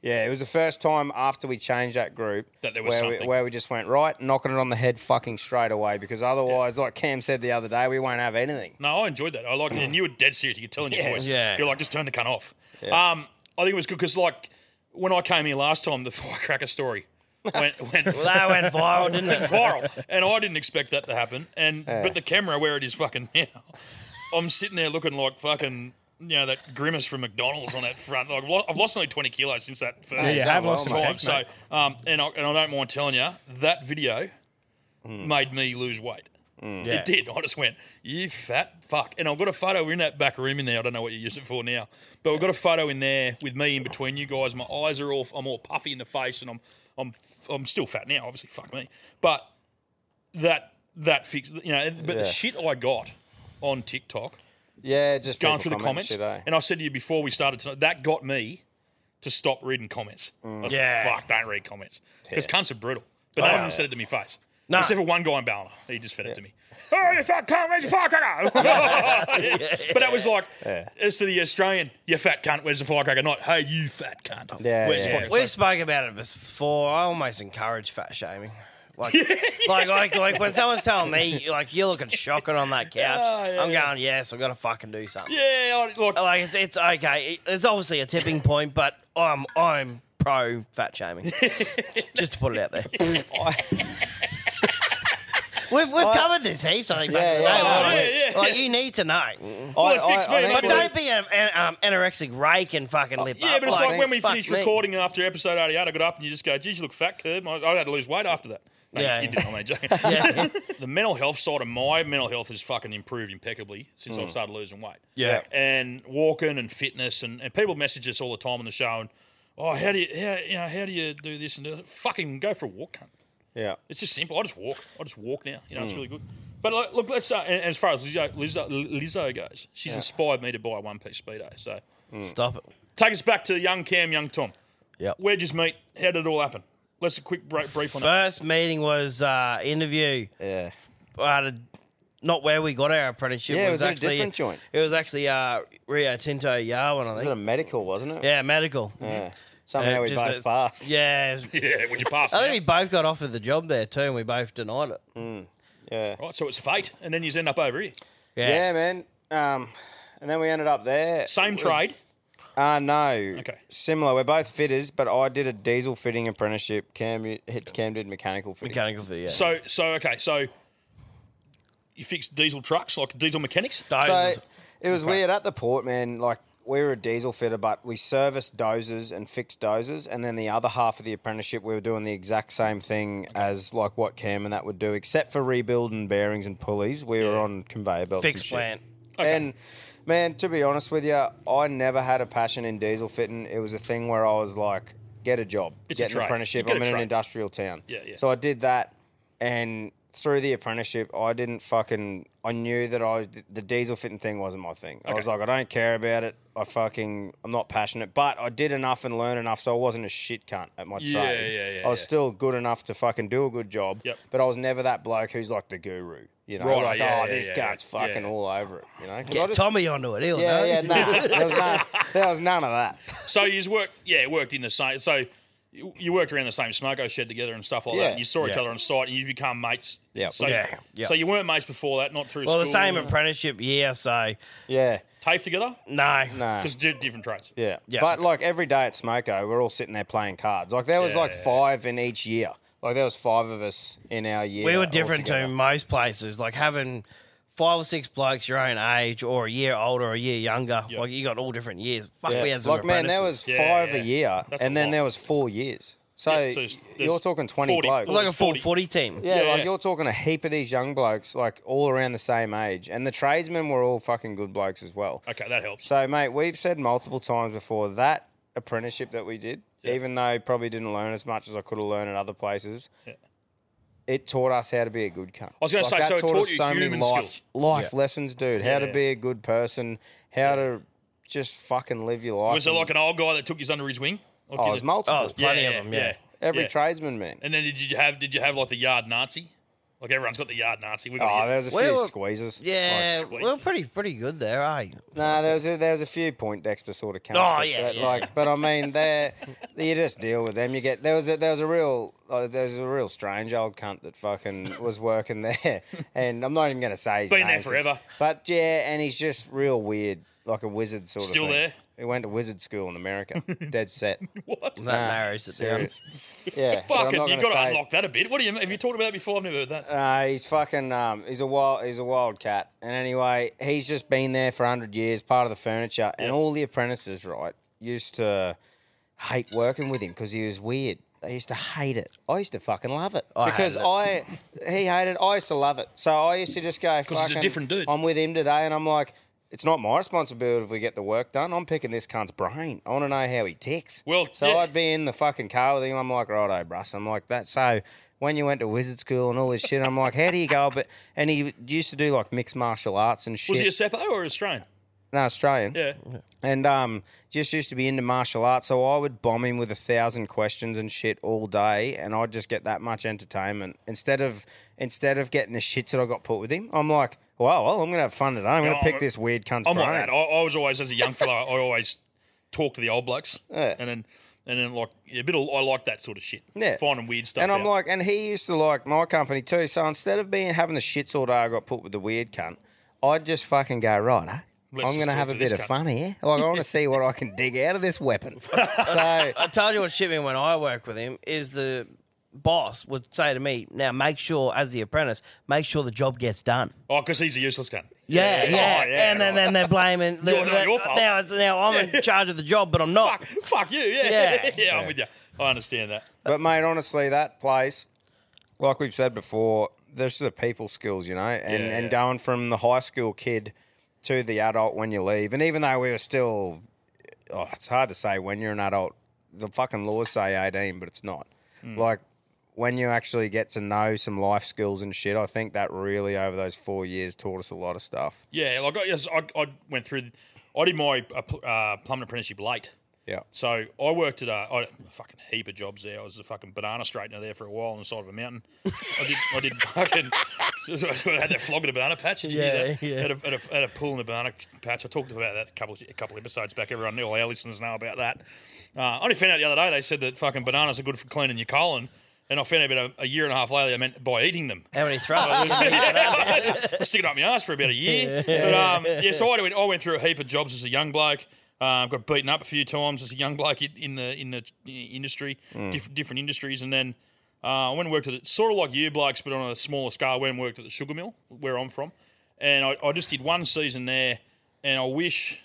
Speaker 8: yeah, it was the first time after we changed that group
Speaker 1: That there was
Speaker 8: where, we,
Speaker 1: something.
Speaker 8: where we just went right, knocking it on the head, fucking straight away. Because otherwise, like Cam said the other day, we won't have anything.
Speaker 1: No, I enjoyed that. I liked it. And you were dead serious. You could tell in your
Speaker 8: Yeah.
Speaker 1: voice.
Speaker 8: Yeah.
Speaker 1: You're like, just turn the cunt off.
Speaker 8: Yeah.
Speaker 1: Um, I think it was good because, like, when I came here last time, the [laughs] firecracker story went, went
Speaker 2: Well, that went viral, didn't it?
Speaker 1: Went [laughs] viral. And I didn't expect that to happen. And
Speaker 2: Yeah.
Speaker 1: But the camera, where it is fucking [laughs] now, I'm sitting there looking like fucking. You know that grimace from McDonald's on that front. Like, I've lo- I've lost only twenty kilos since that first
Speaker 10: Yeah, you have lost some
Speaker 1: time.
Speaker 10: cake,
Speaker 1: so,
Speaker 10: mate.
Speaker 1: um, and I, and I don't mind telling you that video made me lose weight.
Speaker 10: Yeah.
Speaker 1: It did. I just went, you fat fuck. And I've got a photo in that back room in there. I don't know what you use it for now, but we've got a photo in there with me in between you guys. My eyes are all, I'm all puffy in the face, and I'm, I'm, I'm still fat now. Obviously, fuck me. But that, that fix, you know. But the
Speaker 8: Yeah.
Speaker 1: shit I got on TikTok,
Speaker 8: Yeah, just
Speaker 1: going
Speaker 8: people
Speaker 1: through the comments,
Speaker 8: shit, eh?
Speaker 1: and I said to you before we started tonight, that got me to stop reading comments. I was
Speaker 2: Yeah.
Speaker 1: like, fuck, don't read comments because
Speaker 2: Yeah.
Speaker 1: cunts are brutal. But
Speaker 2: Oh,
Speaker 1: no
Speaker 2: yeah.
Speaker 1: one said it to me face.
Speaker 2: No.
Speaker 1: Except for one guy in Ballina, he just fed it to me.
Speaker 11: Oh, you fuck, can't read your
Speaker 8: [laughs]
Speaker 1: [laughs] But that was like,
Speaker 8: Yeah.
Speaker 1: as to the Australian, you fat cunt, where's the firecracker? Not, hey, you fat cunt. where's the
Speaker 2: We've
Speaker 1: firecracker?
Speaker 2: spoken about it before. I almost encourage fat shaming.
Speaker 1: [laughs]
Speaker 2: Like, like, like, like when someone's telling me, like, you're looking shocking on that couch,
Speaker 1: Oh, [laughs] yeah,
Speaker 2: I'm going, yes, I've got to fucking do something.
Speaker 1: Yeah, like,
Speaker 2: it's, it's okay. It- It's obviously a
Speaker 8: [laughs]
Speaker 2: tipping point, but I'm I'm pro fat shaming. [laughs] Just to put it out
Speaker 8: [laughs]
Speaker 2: there. we've we've
Speaker 8: I-
Speaker 2: covered this heaps, I think.
Speaker 8: Yeah,
Speaker 2: back in the
Speaker 8: yeah,
Speaker 2: day,
Speaker 8: oh,
Speaker 2: haven't we?
Speaker 8: yeah, yeah.
Speaker 2: Like, you need to know.
Speaker 8: Well, it I- fixed I- me I
Speaker 2: but
Speaker 8: think-
Speaker 2: don't be an, an um, anorexic rake and fucking lip
Speaker 1: Oh, Yeah,
Speaker 2: up.
Speaker 1: but it's like, when we
Speaker 2: fuck
Speaker 1: finished
Speaker 2: me.
Speaker 1: recording after episode 88, I got up and you just go, geez, you look fat, Curb. I, I had to lose weight after that. No,
Speaker 2: Yeah,
Speaker 1: you, you didn't,
Speaker 2: yeah.
Speaker 1: I mean, joking.
Speaker 2: [laughs] Yeah.
Speaker 1: [laughs] the mental health side of my mental health has fucking improved impeccably since
Speaker 2: Mm.
Speaker 1: I've started losing weight.
Speaker 2: Yeah.
Speaker 1: And walking and fitness, and, and people message us all the time on the show and, oh, how do you, how, you know, how do you do this and do that? Fucking go for a walk, cunt.
Speaker 8: Yeah.
Speaker 1: It's just simple. I just walk. I just walk now. You know, it's
Speaker 8: Mm.
Speaker 1: really good. But look, look let's uh, and, and as far as Lizzo, Lizzo, Lizzo goes, she's
Speaker 2: Yeah.
Speaker 1: inspired me to buy a one piece speedo. So
Speaker 2: Stop it.
Speaker 1: Take us back to young Cam, young Tom.
Speaker 2: Yeah.
Speaker 1: Where'd you meet? How did it all happen? Let's a quick break, brief on it.
Speaker 2: First meeting was uh, interview.
Speaker 8: Yeah.
Speaker 2: But not where we got our apprenticeship.
Speaker 8: Yeah,
Speaker 2: it
Speaker 8: it
Speaker 2: was,
Speaker 8: was at a
Speaker 2: actually
Speaker 8: different joint.
Speaker 2: It was actually uh, Rio Tinto Yarwin, I think.
Speaker 8: Was it a medical, wasn't it?
Speaker 2: Yeah, medical.
Speaker 8: Yeah. Somehow we both
Speaker 2: passed. Yeah.
Speaker 1: [laughs] yeah, would you pass?
Speaker 2: I think we both got offered the job there too, and we both denied it.
Speaker 8: Yeah.
Speaker 1: Right, so it's fate, and then you end up over here.
Speaker 8: Yeah, man. Um, and then we ended up there.
Speaker 1: Same
Speaker 8: With-
Speaker 1: trade?
Speaker 8: Uh, no. Okay. Similar. We're both fitters, but I did a diesel fitting apprenticeship. Cam, you- hit- Cam did mechanical fitting.
Speaker 2: Mechanical fitting,
Speaker 1: So, so okay, so you fix diesel trucks like diesel mechanics.
Speaker 8: So it was weird at the port, man. Like we were a diesel fitter, but we serviced dozers and fixed dozers, and then the other half of the apprenticeship, we were doing the exact same thing as like what Cam and that would do, except for rebuilding bearings and pulleys. We were on conveyor belts.
Speaker 2: Fixed
Speaker 8: and shit.
Speaker 2: plant.
Speaker 8: And man, to be honest with you, I never had a passion in diesel fitting. It was a thing where I was like, get a job,
Speaker 1: It's a
Speaker 8: get an
Speaker 1: trade.
Speaker 8: apprenticeship.
Speaker 1: You get
Speaker 8: I'm
Speaker 1: a
Speaker 8: in an
Speaker 1: trade.
Speaker 8: industrial town.
Speaker 1: Yeah, yeah.
Speaker 8: So I did that, and through the apprenticeship, I didn't fucking. I knew that I the diesel fitting thing wasn't my thing. I was
Speaker 1: Okay.
Speaker 8: like, I don't care about it. I fucking, I'm not passionate. But I did enough and learn enough, so I wasn't a shit cunt at my
Speaker 1: Yeah,
Speaker 8: trade.
Speaker 1: yeah, yeah,
Speaker 8: I was
Speaker 1: yeah.
Speaker 8: still good enough to fucking do a good job. But I was never that bloke who's like the guru. You know,
Speaker 2: Right,
Speaker 8: like,
Speaker 2: yeah,
Speaker 8: oh,
Speaker 2: yeah,
Speaker 8: this
Speaker 2: yeah,
Speaker 8: guy's
Speaker 2: yeah.
Speaker 8: fucking all over it. You know, 'Cause I
Speaker 2: Get
Speaker 8: just-
Speaker 2: Tommy onto it. He'll
Speaker 8: yeah,
Speaker 2: know. [laughs]
Speaker 8: yeah, nah, there was no, there was none of that.
Speaker 1: So you worked, yeah, worked in the same. So you you worked around the same smoko shed together and stuff like
Speaker 2: Yeah.
Speaker 1: that. And you saw each
Speaker 2: Yeah.
Speaker 1: other on site, and you become mates.
Speaker 2: Yeah.
Speaker 1: So,
Speaker 2: Yeah, yeah.
Speaker 1: So you weren't mates before that, not through.
Speaker 2: Well, the
Speaker 1: school
Speaker 2: same
Speaker 1: or-
Speaker 2: apprenticeship year, so.
Speaker 8: Yeah.
Speaker 1: TAFE together?
Speaker 2: No.
Speaker 8: No.
Speaker 1: Because different trades.
Speaker 8: Yeah. But like every day at Smoko, we're all sitting there playing cards. Like there was like
Speaker 2: Yeah.
Speaker 8: five in each year. Like there was five of us in our year.
Speaker 2: we were different to
Speaker 8: altogether.
Speaker 2: most places. Like having five or six blokes your own age, or a year older, or a year younger. Like you got all different years. Fuck,
Speaker 8: Yeah.
Speaker 2: we had some
Speaker 8: like man, there was
Speaker 2: apprentices.
Speaker 8: five a year, and then there was four years. So,
Speaker 2: Yeah, so it's-
Speaker 8: you're
Speaker 2: there's
Speaker 8: talking twenty
Speaker 2: 40
Speaker 8: blokes.
Speaker 2: It was like a full 40. 40 team.
Speaker 8: Yeah,
Speaker 2: Yeah,
Speaker 8: like
Speaker 2: yeah.
Speaker 8: you're talking a heap of these young blokes, like all around the same age, and the tradesmen were all fucking good blokes as well.
Speaker 1: Okay, that helps.
Speaker 8: So, mate, we've said multiple times before that apprenticeship that we did, even though I probably didn't learn as much as I could have learned at other places,
Speaker 1: Yeah.
Speaker 8: it taught us how to be a good cunt. I
Speaker 1: was gonna say,
Speaker 8: that
Speaker 1: so it taught
Speaker 8: us
Speaker 1: you
Speaker 8: many
Speaker 1: human
Speaker 8: life,
Speaker 1: skills.
Speaker 8: life
Speaker 1: Yeah.
Speaker 8: lessons, dude. How
Speaker 1: Yeah.
Speaker 8: to be a good person, how to just fucking live your life.
Speaker 1: Was it like an old guy that took his under his wing? Like
Speaker 8: Oh,
Speaker 1: did
Speaker 8: there's
Speaker 1: it-
Speaker 8: multiple. Every
Speaker 1: yeah.
Speaker 8: tradesman, man.
Speaker 1: And then did you have did you have like the yard Nazi? Like everyone's got the yard Nazi. We got
Speaker 8: Oh,
Speaker 1: the-
Speaker 8: there's a few squeezes.
Speaker 2: Yeah,
Speaker 8: Oh, squeeze.
Speaker 2: we were pretty pretty good there, eh?
Speaker 8: No, there was a, there was a few point Dexter sort of cunts.
Speaker 2: Oh,
Speaker 8: but
Speaker 2: yeah,
Speaker 8: that,
Speaker 2: yeah.
Speaker 8: Like, but I mean, they you just deal with them. You get there was a, there was a real uh, there was a real strange old cunt that fucking was working there, [laughs] and I'm not even gonna say his
Speaker 1: Been there
Speaker 8: name 'cause-
Speaker 1: forever.
Speaker 8: But yeah, and he's just real weird, like a wizard sort
Speaker 1: Still
Speaker 8: of. thing.
Speaker 1: there?
Speaker 8: He went to wizard school
Speaker 1: [laughs]
Speaker 8: in America. Dead set.
Speaker 1: [laughs] what?
Speaker 2: That narrows it down.
Speaker 8: Yeah, but I'm
Speaker 1: Fuck it,
Speaker 8: not
Speaker 1: you
Speaker 8: gonna
Speaker 1: got to
Speaker 8: say-
Speaker 1: unlock that a bit. What do you have you talked about it before? I've never heard that.
Speaker 8: Uh, he's fucking. Um, he's a wild. He's a wild cat. And anyway, he's just been there for hundred years, part of the furniture, and all the apprentices, right, used to hate working with him because he was weird. They used to hate it. I used to fucking love it
Speaker 2: I
Speaker 8: because
Speaker 2: hated it.
Speaker 8: I he hated. I used to love it. So I used to just go
Speaker 1: 'Cause he's a
Speaker 8: fucking.
Speaker 1: different dude.
Speaker 8: I'm with him today, and I'm like. It's not my responsibility if we get the work done. I'm picking this cunt's brain. I want to know how he ticks. Well, so
Speaker 1: yeah.
Speaker 8: I'd be in the fucking car with him. I'm like, righto, bruss. I'm like that. So when you went to wizard school and all this shit, I'm like, how do you go? But and he used to do like mixed martial arts and shit.
Speaker 1: Was he a Seppo or Australian?
Speaker 8: No, Australian.
Speaker 1: Yeah.
Speaker 8: And um, just used to be into martial arts, so I would bomb him with a thousand questions and shit all day, and I'd just get that much entertainment instead of instead of getting the shits that I got put with him. I'm like, well, well I'm gonna have fun today. I'm
Speaker 1: No,
Speaker 8: gonna pick
Speaker 1: I'm-
Speaker 8: this weird cunt's
Speaker 1: I'm
Speaker 8: brain.
Speaker 1: like that. I, I was always as a young fella, I always talked to the old blokes.
Speaker 8: Yeah.
Speaker 1: And then and then like yeah, a bit of, I like that sort of shit.
Speaker 8: Yeah.
Speaker 1: Finding weird stuff.
Speaker 8: And I'm
Speaker 1: out.
Speaker 8: like, and he used to like my company too. So instead of being having the shits all day, I got put with the weird cunt. I'd just fucking go right. eh?
Speaker 2: Let's
Speaker 8: I'm
Speaker 2: just
Speaker 8: gonna
Speaker 2: talk
Speaker 8: have a
Speaker 2: to this
Speaker 8: bit of
Speaker 2: cunt."
Speaker 8: fun here. Like I
Speaker 1: [laughs]
Speaker 8: want to see what I can dig out of this weapon. So
Speaker 2: I told you what shit me when I worked with him is the boss would say to me, "Now make sure, as the apprentice, make sure the job gets done."
Speaker 1: Oh, because he's a useless cunt.
Speaker 2: Yeah, yeah,
Speaker 1: Oh, yeah.
Speaker 2: and then, then they're blaming.
Speaker 1: You're not
Speaker 2: they're-
Speaker 1: your fault.
Speaker 2: Now, it's- now I'm in charge of the job, but I'm not. Fuck,
Speaker 1: fuck you. Yeah,
Speaker 2: yeah.
Speaker 1: [laughs] yeah, I'm
Speaker 8: Yeah.
Speaker 1: with you. I understand that.
Speaker 8: But mate, honestly, that place, like we've said before, there's the people skills, you know, and
Speaker 1: Yeah, yeah.
Speaker 8: and going from the high school kid to the adult when you leave, and even though we were still,
Speaker 2: Hmm.
Speaker 8: oh, it's hard to say when you're an adult. The fucking laws say 18, but it's not.
Speaker 1: Mm.
Speaker 8: Like when you actually get to know some life skills and shit, I think that really over those four years taught us a lot of stuff.
Speaker 1: Yeah, like I, yes, I, I went through. I did my uh, pl- uh, plumbing apprenticeship late.
Speaker 8: Yeah.
Speaker 1: So I worked at a, I, fucking heap of jobs there. I was a fucking banana straightener there for a while on the side of a mountain. I did I did fucking [laughs] I had that flogging a banana patch. Did you hear
Speaker 2: Yeah,
Speaker 1: that?
Speaker 2: yeah.
Speaker 1: Had a, had, a, had a pull in the banana patch. I talked about that a couple a couple episodes back. Everyone knew all our listeners know about that. Uh, I only found out the other day they said that fucking bananas are good for cleaning your colon. And I found out about a, a year and a half later, they meant by eating them.
Speaker 2: How
Speaker 1: [laughs]
Speaker 2: many thrusts?
Speaker 1: I stick it up my ass for about a year. But um, yeah, so I went, I went through a heap of jobs as a young bloke. Um, got beaten up a few times as a young bloke in, in the in the industry,
Speaker 11: Mm.
Speaker 1: diff- different industries, and then uh, I went and worked at it, sort of like you blokes, but on a smaller scale. I went and worked at the sugar mill where I'm from, and I, I just did one season there, and I wish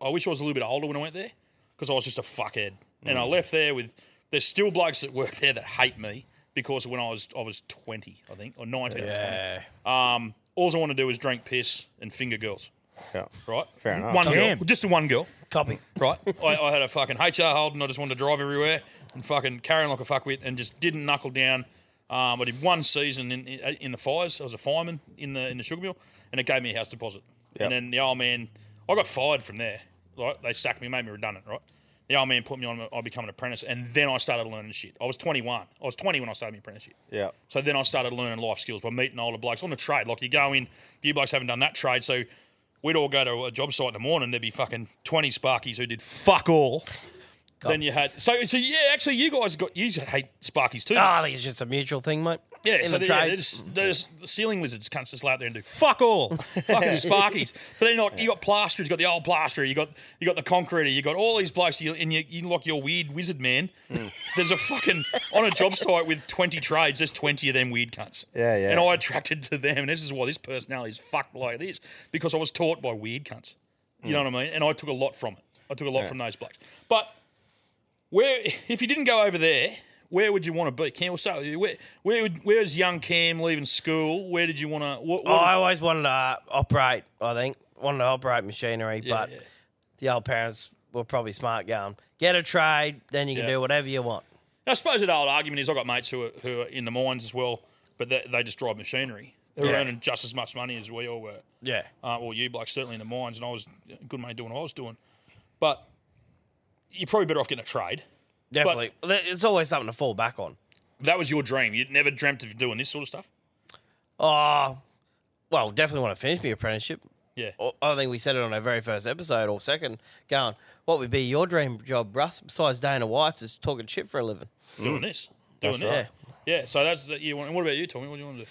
Speaker 1: I wish I was a little bit older when I went there because I was just a fuckhead. And I
Speaker 11: Mm.
Speaker 1: left there with there's still blokes that work there that hate me because when I was I was 20, I think, or 19
Speaker 11: Yeah.
Speaker 1: or 20. Um, all I want to do is drink piss and finger girls.
Speaker 8: Yeah.
Speaker 1: Right?
Speaker 8: Fair enough.
Speaker 1: One
Speaker 8: Damn.
Speaker 1: girl. Just the one girl.
Speaker 2: Copy.
Speaker 1: Right? I, I had a fucking HR hold and I just wanted to drive everywhere and fucking carrying like a fuckwit and just didn't knuckle down. Um, I did one season in, in in the fires. I was a fireman in the in the sugar mill, and it gave me a house deposit.
Speaker 11: Yep.
Speaker 1: And then the old man, I got fired from there. Right? They sacked me, made me redundant. Right? The old man put me on. I become an apprentice, and then I started learning shit. I was 21. I was 20 when I started my apprenticeship.
Speaker 8: Yeah.
Speaker 1: So then I started learning life skills by meeting older blokes on the trade. Like you go in, you blokes haven't done that trade, so we'd all go to a job site in the morning. There'd be fucking twenty sparkies who did fuck all.
Speaker 2: God.
Speaker 1: Then you had so so yeah. Actually, you guys got you hate sparkies too.
Speaker 2: Ah, I think it's just a mutual thing, mate.
Speaker 1: Yeah,
Speaker 2: in
Speaker 1: so
Speaker 2: the
Speaker 1: they- yeah, they're
Speaker 2: trades.
Speaker 1: just- they're just- the ceiling lizards can't just lay out there and do fuck
Speaker 2: [laughs]
Speaker 1: all, fucking sparkies. But then like you got plasterers, you got the old plasterer, you got you got the concreter, you got all these blokes, you, and you, you like your weird wizard man.
Speaker 2: Mm.
Speaker 1: There's a fucking on a job site with twenty trades. There's twenty of them weird cunts.
Speaker 8: Yeah, yeah.
Speaker 1: And I attracted to them, and this is why this personality is fucked like it is because I was taught by weird cunts. You know
Speaker 11: Mm.
Speaker 2: Hmm.
Speaker 1: what I mean? And I took a lot from it. I took a lot
Speaker 11: Yeah.
Speaker 1: from those blokes. But where, if you didn't go over there, where would you want to be? Cam, we'll start with you. Where, where, would, where's young Cam leaving school? Where did you want to? What, what
Speaker 2: Oh, I always wanted to uh, operate. I think wanted to operate machinery,
Speaker 1: Yeah,
Speaker 2: but
Speaker 1: yeah.
Speaker 2: the old parents were probably smart. Going get a trade, then you can
Speaker 1: Yeah.
Speaker 2: do whatever you want.
Speaker 1: I suppose the old argument is I've got mates who are, who are in the mines as well, but they, they just drive machinery. They're
Speaker 2: Yeah.
Speaker 1: earning just as much money as we all were.
Speaker 2: Yeah.
Speaker 1: Uh, well, you like certainly in the mines, and I was a good money doing what I was doing. But you're probably better off getting a trade.
Speaker 2: Definitely. it's always something to fall back on.
Speaker 1: That was your dream. You never dreamt of doing this sort of stuff.
Speaker 2: Oh, well, definitely want to finish my apprenticeship.
Speaker 1: Yeah.
Speaker 2: I- I think we said it on our very first episode or second, going, what would be your dream job, Russ, besides Dana White's, is talking shit for
Speaker 1: [laughs]
Speaker 2: a living?
Speaker 1: Doing this, doing this. Yeah. So that's that you want. And what about you, Tommy? What do you want to do?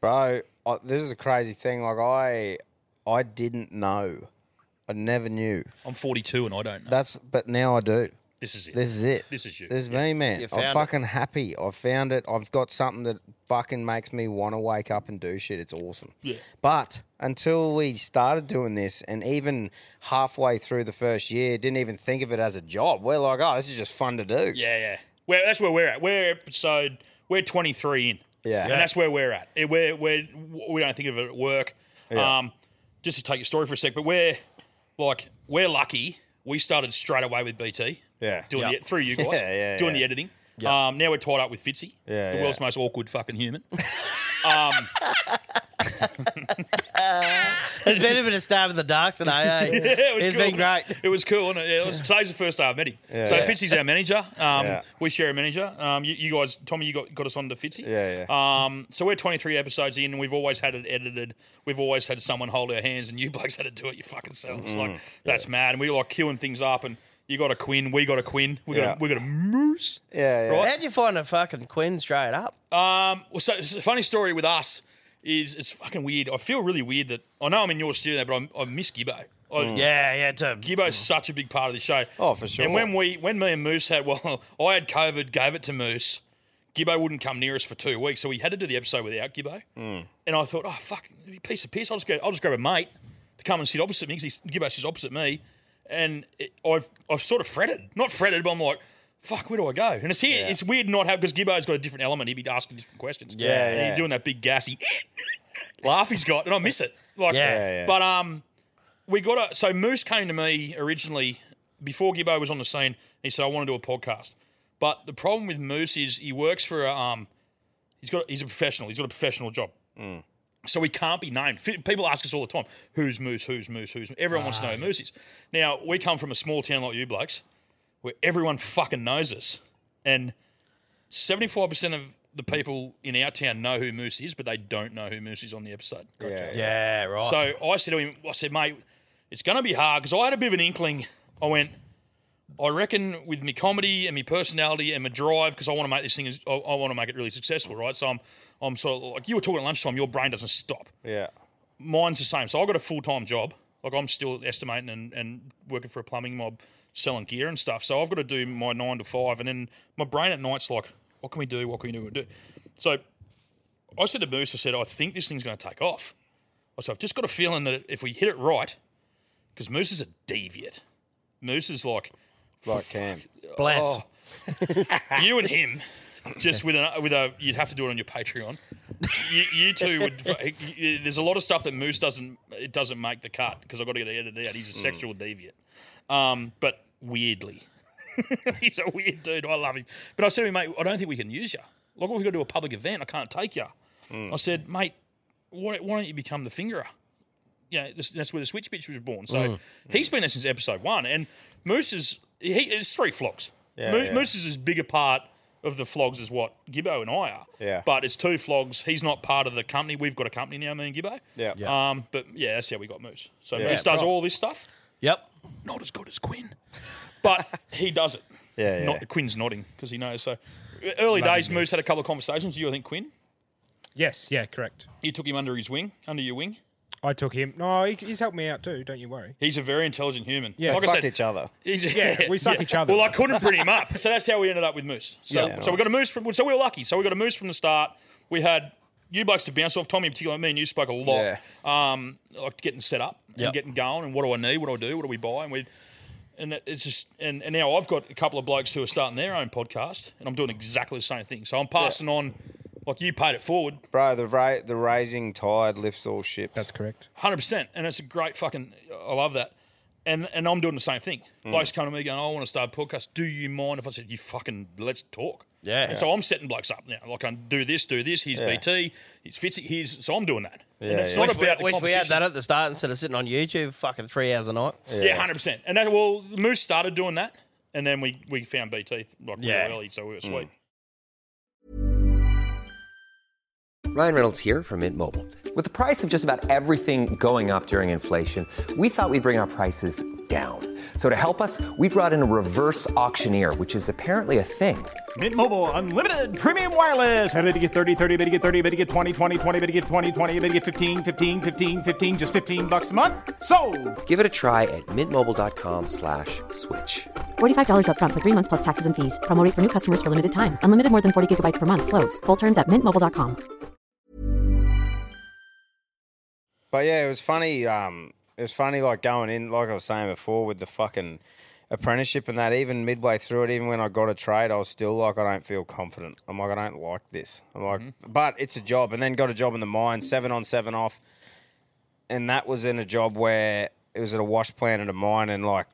Speaker 8: Bro, I, this is a crazy thing. Like I, I didn't know. I never knew.
Speaker 1: I'm 42 and I don't know.
Speaker 8: That's but now I do.
Speaker 1: This is it.
Speaker 8: This is it.
Speaker 1: This is you.
Speaker 8: This is
Speaker 1: Yeah.
Speaker 8: me, man.
Speaker 1: You
Speaker 8: I'm
Speaker 1: found it.
Speaker 8: fucking happy. I've found it. I've got something that fucking makes me want to wake up and do shit. It's awesome.
Speaker 1: Yeah.
Speaker 8: But until we started doing this, and even halfway through the first year, didn't even think of it as a job. We're like, oh, this is just fun to do.
Speaker 1: Yeah, yeah. Where that's where we're at. We're episode. We're 23 in.
Speaker 8: Yeah.
Speaker 1: And that's where we're at. It- We're, we're, we don't think of it at work.
Speaker 11: Yeah.
Speaker 1: Um, just to take your story for a sec, but we're like we're lucky. We started straight away with BT.
Speaker 8: Yeah.
Speaker 1: Doing
Speaker 11: Yep.
Speaker 1: the, through you guys.
Speaker 11: [laughs] Yeah, yeah,
Speaker 1: doing
Speaker 11: yeah.
Speaker 1: the editing.
Speaker 11: Yep.
Speaker 1: Um, now we're tied up with Fitzy.
Speaker 11: Yeah,
Speaker 1: The
Speaker 11: yeah.
Speaker 1: world's most awkward
Speaker 11: [laughs]
Speaker 1: fucking human. um,
Speaker 2: It's been a bit of stab in the dark today, eh?
Speaker 1: [laughs] yeah, it was
Speaker 2: It's
Speaker 1: cool.
Speaker 2: been great.
Speaker 1: It was cool, wasn't it? Yeah, it was, today's the first day I've met him.
Speaker 2: Yeah.
Speaker 1: so
Speaker 2: Yeah.
Speaker 1: Fitzy's our manager. Um,
Speaker 2: Yeah.
Speaker 1: We share a manager. Um, you, you guys, Tommy, you got, got us on to Fitzy.
Speaker 8: Yeah,
Speaker 1: yeah. Um, so we're 23 episodes in, and we've always had it edited. We've always had someone hold our hands, and you blokes had to do it your fucking selves.
Speaker 2: Mm-hmm.
Speaker 11: Mm.
Speaker 1: Like that's mad. And we were like queuing things up, and you got a Quinn, we got a Quinn, we got
Speaker 2: Yeah.
Speaker 1: a, we got a Moose.
Speaker 8: Yeah,
Speaker 1: Right.
Speaker 2: How'd you find a fucking Quinn straight up?
Speaker 1: Um, well, so so the funny story with us is it's fucking weird. I feel really weird that I know I'm in your studio, but I'm, I miss Gibbo. I,
Speaker 2: Mm. Yeah, yeah, too.
Speaker 1: Gibbo's such a big part of the show.
Speaker 8: Oh, for sure.
Speaker 1: And when we, when me and Moose had, well, [laughs] I had COVID, gave it to Moose. Gibbo wouldn't come near us for two weeks, so we had to do the episode without Gibbo.
Speaker 11: Hmm.
Speaker 1: And I thought, oh fuck, you piece of piss. I'll just go. I'll just grab a mate to come and sit opposite me because Gibbo sits opposite me, and it, I've I've sort of fretted, not fretted, but I'm like. Fuck, where do I go? And it's here.
Speaker 11: Yeah.
Speaker 1: It's weird not having because Gibbo's got a different element. He'd be asking different questions.
Speaker 11: Yeah,
Speaker 1: and
Speaker 11: yeah.
Speaker 1: he's doing that big gassy laugh he's got, and I miss it. Like,
Speaker 11: Yeah, yeah, yeah.
Speaker 1: But um, we got a so Moose came to me originally before Gibbo was on the scene. He said, "I want to do a podcast," But the problem with Moose is he works for a um, he's got he's a professional. He's got a professional job.
Speaker 11: Mm.
Speaker 1: So he can't be named. F- People ask us all the time, "Who's Moose? Who's Moose? Who's?" Moose? Everyone wants to know who Moose is. Now we come from a small town like you blokes, where everyone fucking knows us, and seventy-five percent of the people in our town know who Moose is, but they don't know who Moose is on the episode.
Speaker 2: Gotcha. Yeah, right.
Speaker 1: So I said to him, I said, mate, it's going to be hard because I had a bit of an inkling. I went, I reckon with my comedy and my personality and my drive, because I want to make this thing, as, I, I want to make it really successful, right? So I'm, I'm sort of like you were talking at lunchtime. Your brain doesn't stop.
Speaker 8: Yeah.
Speaker 1: Mine's the same. So I've got a full time job. Like I'm still estimating and, and working for a plumbing mob, selling gear and stuff. So I've got to do my nine to five, and then my brain at night's like, what can we do? What can we do? What can we do? So I said to Moose, I said, I think this thing's going to take off. I said, I've just got a feeling that if we hit it right, because Moose is a deviant. Moose is like,
Speaker 8: Like Cam.
Speaker 1: fuck. Oh. [laughs] you and him, just with an, with a, you'd have to do it on your Patreon. You, you two would. [laughs] you- There's a lot of stuff that Moose doesn't. It doesn't make the cut because I've got to get it edited out. He's a
Speaker 11: Mm.
Speaker 1: sexual deviant, um, but weirdly, [laughs] he's a weird dude. I love him. But I said to him, mate, I don't think we can use you. Like, what if we got to do a public event? I can't take you. I said, mate, why, why don't you become the fingerer? Yeah, this, that's where the switch bitch was born. So
Speaker 11: Mm.
Speaker 1: he's been there since episode one. And Moose is, he, it's three flogs.
Speaker 8: Yeah,
Speaker 1: Mo-
Speaker 8: yeah.
Speaker 1: Moose is as big a part of the flogs as what Gibbo and I are.
Speaker 8: Yeah.
Speaker 1: But it's two flogs. He's not part of the company. We've got a company now, me and Gibbo.
Speaker 8: Yeah.
Speaker 1: Um, but yeah, that's how we got Moose. So
Speaker 8: Yeah.
Speaker 1: Moose does
Speaker 8: Right.
Speaker 1: all this stuff.
Speaker 2: Yep.
Speaker 1: Not as good as Quinn. But he does it.
Speaker 10: [laughs]
Speaker 8: Yeah, yeah.
Speaker 1: Not, Quinn's nodding because he knows. So early
Speaker 10: Love
Speaker 1: days,
Speaker 10: him,
Speaker 1: Moose had a couple of conversations. You, I think, Quinn.
Speaker 10: Yes, yeah, correct.
Speaker 1: You took him under his wing, under your wing.
Speaker 10: I took him. No, he, he's helped me out too. Don't you worry.
Speaker 1: He's a very intelligent human.
Speaker 10: Yeah,
Speaker 1: like I
Speaker 10: fuck
Speaker 1: said,
Speaker 10: each other.
Speaker 1: he's-
Speaker 10: Yeah, we suck each other.
Speaker 1: Well, I couldn't bring him up, so that's how we ended up with Moose. So,
Speaker 10: Yeah,
Speaker 1: so we
Speaker 10: right.
Speaker 1: got a Moose from. So we were lucky. So we got a Moose from the start. We had you blokes to bounce off. Tommy, in particular, me and you spoke a lot. Um, like getting set up
Speaker 11: Yep.
Speaker 1: and getting going, and what do I need? What do I do? What do we buy? And we. And that- it's just, and, and now I've got a couple of blokes who are starting their own podcast, and I'm doing exactly the same thing. So I'm passing on, like you paid it forward,
Speaker 8: Bro, the ra- the raising tide lifts all ships. That's correct.
Speaker 1: Hundred percent, and it's a great fucking. I love that, and and I'm doing the same thing.
Speaker 8: Mm.
Speaker 1: Blokes come to me going, "Oh, "I want to start a podcast. Do you mind if I said you fucking let's talk?"
Speaker 2: Yeah.
Speaker 1: And so I'm setting blokes up now. Like I do this, do this. Here's
Speaker 2: Yeah.
Speaker 1: BT. Here's Fitzy. Here's so I'm doing that. and it's not
Speaker 2: Wish we-
Speaker 1: about the
Speaker 2: wish we had
Speaker 1: competition.
Speaker 2: that at the start instead of sitting on YouTube fucking three hours a night.
Speaker 1: Yeah, hundred percent. And that well, Moose started doing that, and then we we found BT like
Speaker 2: Yeah. Mm.
Speaker 1: real early, so we were sweet.
Speaker 12: Ryan Reynolds here from Mint Mobile. With the price of just about everything going up during inflation, we thought we'd bring our prices down. So to help us, we brought in a reverse auctioneer, which is apparently a thing.
Speaker 7: Mint Mobile unlimited premium wireless. Ready to get 30, 30, bet you get 30, bet you get 20, 20, 20, bet you get 20, 20, bet you get 15, 15, 15, 15, just 15 bucks a month. So,
Speaker 12: Give it a try at mintmobile.com slash switch.
Speaker 13: $45 upfront for three months plus taxes and fees. Promo rate for new customers for limited time. Unlimited more than 40 gigabytes per month. Slows. Full terms at mintmobile.com.
Speaker 8: But yeah, it was funny. Um, it was funny, like going in, like I was saying before, with the fucking apprenticeship and that. Even midway through it, even when I got a trade, I was still like, I don't feel confident. I'm like, I don't like this. I'm like,
Speaker 1: Mm-hmm.
Speaker 8: but it's a job. And then got a job in the mine, seven on, seven off, and that was in a job where it was at a wash plant at a mine, and like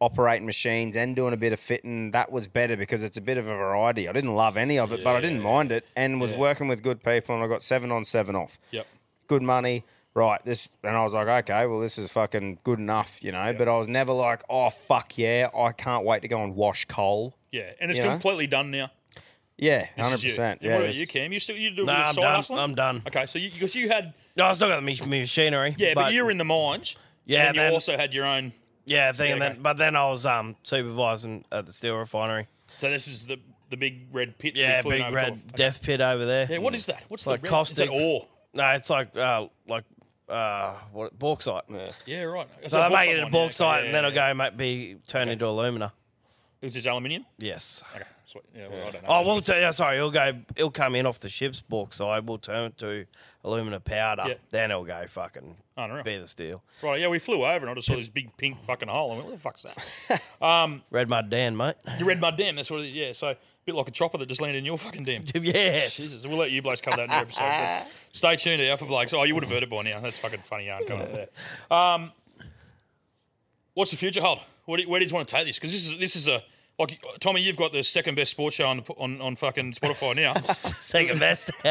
Speaker 8: operating machines and doing a bit of fitting. That was better because it's a bit of a variety. I didn't love any of it, but I didn't mind it, and was
Speaker 1: Yeah.
Speaker 8: working with good people, and I got seven on, seven off
Speaker 1: Yep.
Speaker 8: good money. Right, this, and I was like, okay, well, this is fucking good enough, you know. But I was never like, oh fuck yeah, I can't wait to go and wash coal.
Speaker 1: Yeah, and it's
Speaker 8: You know?
Speaker 1: completely done now.
Speaker 8: Yeah,
Speaker 1: This
Speaker 8: hundred
Speaker 1: is you.
Speaker 8: percent.
Speaker 1: And
Speaker 8: Yeah,
Speaker 1: what about
Speaker 8: this-
Speaker 1: you, Cam? You still you do a
Speaker 2: Nah,
Speaker 1: bit of
Speaker 2: I'm
Speaker 1: side
Speaker 2: done.
Speaker 1: hustling?
Speaker 2: I'm done.
Speaker 1: Okay, so you because you had
Speaker 2: No, I still got the mach- machinery.
Speaker 1: yeah, but, you were in the mines.
Speaker 2: Yeah,
Speaker 1: and then you
Speaker 2: then-
Speaker 1: also had your own.
Speaker 2: yeah thing.
Speaker 1: Yeah,
Speaker 2: and
Speaker 1: okay.
Speaker 2: then, but then I was um supervising at the steel refinery.
Speaker 1: So this is the the big red pit.
Speaker 2: Yeah,
Speaker 1: we flew
Speaker 2: big
Speaker 1: over
Speaker 2: red
Speaker 1: top of.
Speaker 2: death pit over there.
Speaker 1: Yeah, what is that? What's
Speaker 2: It's
Speaker 1: the
Speaker 2: like
Speaker 1: red- is
Speaker 2: caustic
Speaker 1: that ore?
Speaker 2: No, it's like uh, like uh, what bauxite. Yeah,
Speaker 1: Yeah, right. That's
Speaker 2: So
Speaker 1: a
Speaker 2: they make it into
Speaker 1: bauxite
Speaker 2: bauxite,
Speaker 1: mine,
Speaker 2: and
Speaker 1: yeah,
Speaker 2: then
Speaker 1: okay,
Speaker 2: it'll go make be turned into alumina.
Speaker 1: It was just aluminium.
Speaker 2: Yes.
Speaker 1: Okay. Sweet. Yeah, well, I don't know.
Speaker 2: Oh, we'll t- yeah, sorry, it'll go. It'll come in off the ship's bauxite. We'll turn it to alumina powder.
Speaker 1: Yeah.
Speaker 2: Then it'll go fucking
Speaker 1: Unreal.
Speaker 2: be the steel.
Speaker 1: Right. Yeah, we flew over and I just saw this big pink fucking hole. I went, "What the fuck's
Speaker 2: [laughs]
Speaker 1: that?" um,
Speaker 2: Red mud Dan, mate.
Speaker 1: you read my dam. That's what. It is. Yeah. So a bit like a chopper that just landed in your fucking dam.
Speaker 2: [laughs] Yes.
Speaker 1: Jesus. We'll let you blokes cover that
Speaker 2: [laughs]
Speaker 1: in the episode. That's- Stay tuned to Alpha Blokes. Oh, you would have heard it by now. That's fucking funny yarn coming up there. Um, what's the future hold? What do you, where do you want to take this? Because this is this is a Like Tommy, you've got the second best sports show on on, on fucking Spotify now.
Speaker 2: [laughs] second best.
Speaker 1: [laughs]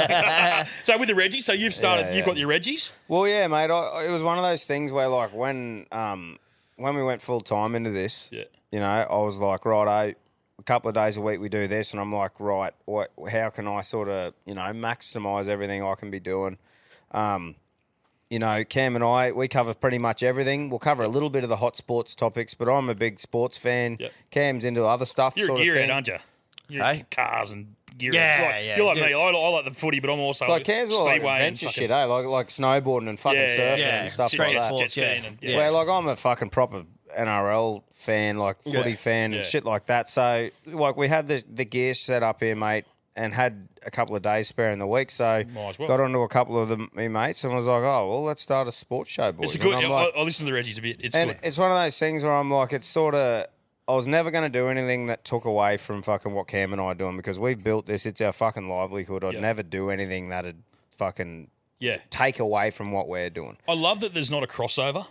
Speaker 1: so with the Reggie, so you've started.
Speaker 8: Yeah,
Speaker 1: You've
Speaker 8: yeah.
Speaker 1: got your Reggies.
Speaker 8: Well, yeah, mate. I, it was one of those things where, like, when um, when we went full time into this,
Speaker 1: Yeah.
Speaker 8: you know, I was like, right, I, a couple of days a week we do this, and I'm like, right, what? How can I sort of, you know, maximize everything I can be doing? Um, you know, Cam and I, we cover pretty much everything. We'll cover a little bit of the hot sports topics, but I'm a big sports fan. Cam's into other stuff.
Speaker 1: You're
Speaker 8: sort
Speaker 1: a
Speaker 8: of
Speaker 1: gearhead,
Speaker 8: thing.
Speaker 1: aren't you? You're cars and gearhead.
Speaker 8: Yeah,
Speaker 1: like,
Speaker 8: yeah,
Speaker 1: You're like
Speaker 8: dude.
Speaker 1: me. I, li- I like the footy, but I'm also
Speaker 8: It's like Cam's all like
Speaker 1: speedway and
Speaker 8: adventure
Speaker 1: fucking-
Speaker 8: shit, eh? Like like snowboarding and fucking
Speaker 1: Yeah, yeah,
Speaker 8: surfing
Speaker 1: yeah.
Speaker 8: and stuff
Speaker 1: Jet-
Speaker 8: like
Speaker 1: jet
Speaker 8: that.
Speaker 1: sports, yeah, and- yeah.
Speaker 8: Where like I'm a fucking proper NRL fan, like
Speaker 1: Yeah.
Speaker 8: footy fan
Speaker 1: Yeah.
Speaker 8: and shit like that. So like we had the the gear set up here, mate, and had a couple of days spare in the week. So
Speaker 1: Might as well.
Speaker 8: got onto a couple of the me mates and was like, oh well, let's start a sports show, boys.
Speaker 1: It's a good.
Speaker 8: And I'm
Speaker 1: I,
Speaker 8: like-
Speaker 1: I listen to the Reggies a bit. It's
Speaker 8: and
Speaker 1: good.
Speaker 8: it's one of those things where I'm like, it's sort of. I was never going to do anything that took away from fucking what Cam and I are doing because we've built this. It's our fucking livelihood. I'd
Speaker 1: Yeah.
Speaker 8: never do anything that'd fucking
Speaker 1: Yeah.
Speaker 8: take away from what we're doing.
Speaker 1: I love that there's not a crossover.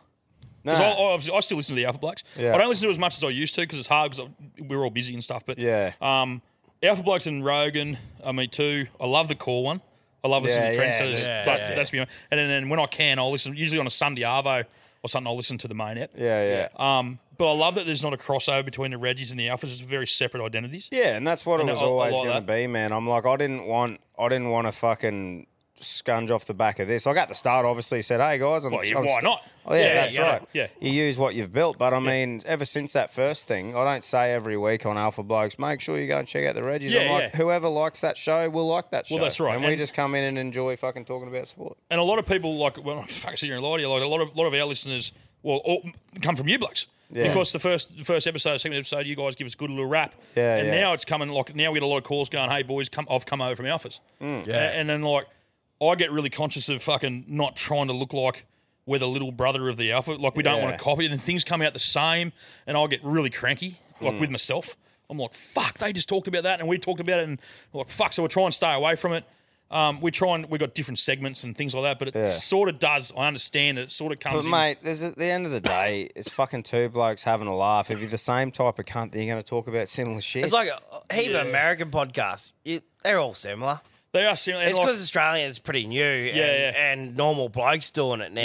Speaker 1: Because
Speaker 8: No.
Speaker 1: I, I, obviously- I still listen to the Alpha Blacks.
Speaker 8: Yeah.
Speaker 1: I don't listen to as much as I used to because it's hard because we're all busy and stuff. But
Speaker 8: Yeah.
Speaker 1: um, Alpha Blacks and Rogan, I mean, too. I love the core one. I love listening to
Speaker 8: Yeah, yeah,
Speaker 1: Trendsetters.
Speaker 8: yeah,
Speaker 1: Fuck,
Speaker 8: yeah.
Speaker 1: That's me. And then and when I can, I'll listen. Usually on a Sunday Arvo or something, I'll listen to the main app.
Speaker 8: Yeah, yeah.
Speaker 1: Um, but I love that there's not a crossover between the Reggies and the Alphas. It's very separate identities.
Speaker 8: Yeah, and that's what
Speaker 1: And
Speaker 8: it was
Speaker 1: I- I
Speaker 8: always
Speaker 1: like
Speaker 8: going to be, man. I'm like, I didn't want, I didn't want to fucking scunge off the back of this. Like at the start, obviously said, "Hey guys, I'm,
Speaker 1: Well, yeah,
Speaker 8: I'm
Speaker 1: why
Speaker 8: st-
Speaker 1: not?
Speaker 8: Oh, yeah,
Speaker 1: Yeah,
Speaker 8: that's
Speaker 1: yeah,
Speaker 8: right.
Speaker 1: yeah.
Speaker 8: you use what you've built. But I mean, ever since that first thing, I don't say every week on Alpha Blokes, make sure you go and check out the Reggies.
Speaker 1: Yeah,
Speaker 8: I'm like,
Speaker 1: yeah.
Speaker 8: whoever likes that show will like that show.
Speaker 1: Well, that's right.
Speaker 8: And, we
Speaker 1: And-
Speaker 8: just come in and enjoy fucking talking about sport.
Speaker 1: And a lot of people like well, [laughs] I'm fucking sitting here and lie to you. Like a lot of lot of our listeners, well, all, come from you blokes
Speaker 8: Yeah.
Speaker 1: because the first the first episode, second episode, you guys give us a good little rap.
Speaker 8: Yeah,
Speaker 1: and
Speaker 8: yeah.
Speaker 1: now it's coming like now we get a lot of calls going, "Hey boys, come I've come over from Alphas."
Speaker 8: Mm.
Speaker 1: A- and, then like I get really conscious of fucking not trying to look like we're the little brother of the Alpha. Like we don't
Speaker 8: Yeah.
Speaker 1: want to copy, and then things come out the same, and I'll get really cranky like
Speaker 8: Mm.
Speaker 1: with myself. I'm like, fuck, they just talked about that and we talked about it and we're like, fuck, so we're trying to stay away from it. Um, we try and we've got different segments and things like that, but it
Speaker 8: Yeah.
Speaker 1: sort of does. I understand it sort of comes
Speaker 8: But
Speaker 1: in.
Speaker 8: mate, there's at the end of the day, it's fucking two blokes having a laugh. If you're the same type of cunt, then you're going to talk about similar shit.
Speaker 2: It's like a heap of American podcasts. You, they're all similar.
Speaker 1: They are similar.
Speaker 2: It's
Speaker 1: and
Speaker 2: because
Speaker 1: like-
Speaker 2: Australian is pretty new, and,
Speaker 1: yeah.
Speaker 2: and normal blokes doing it now.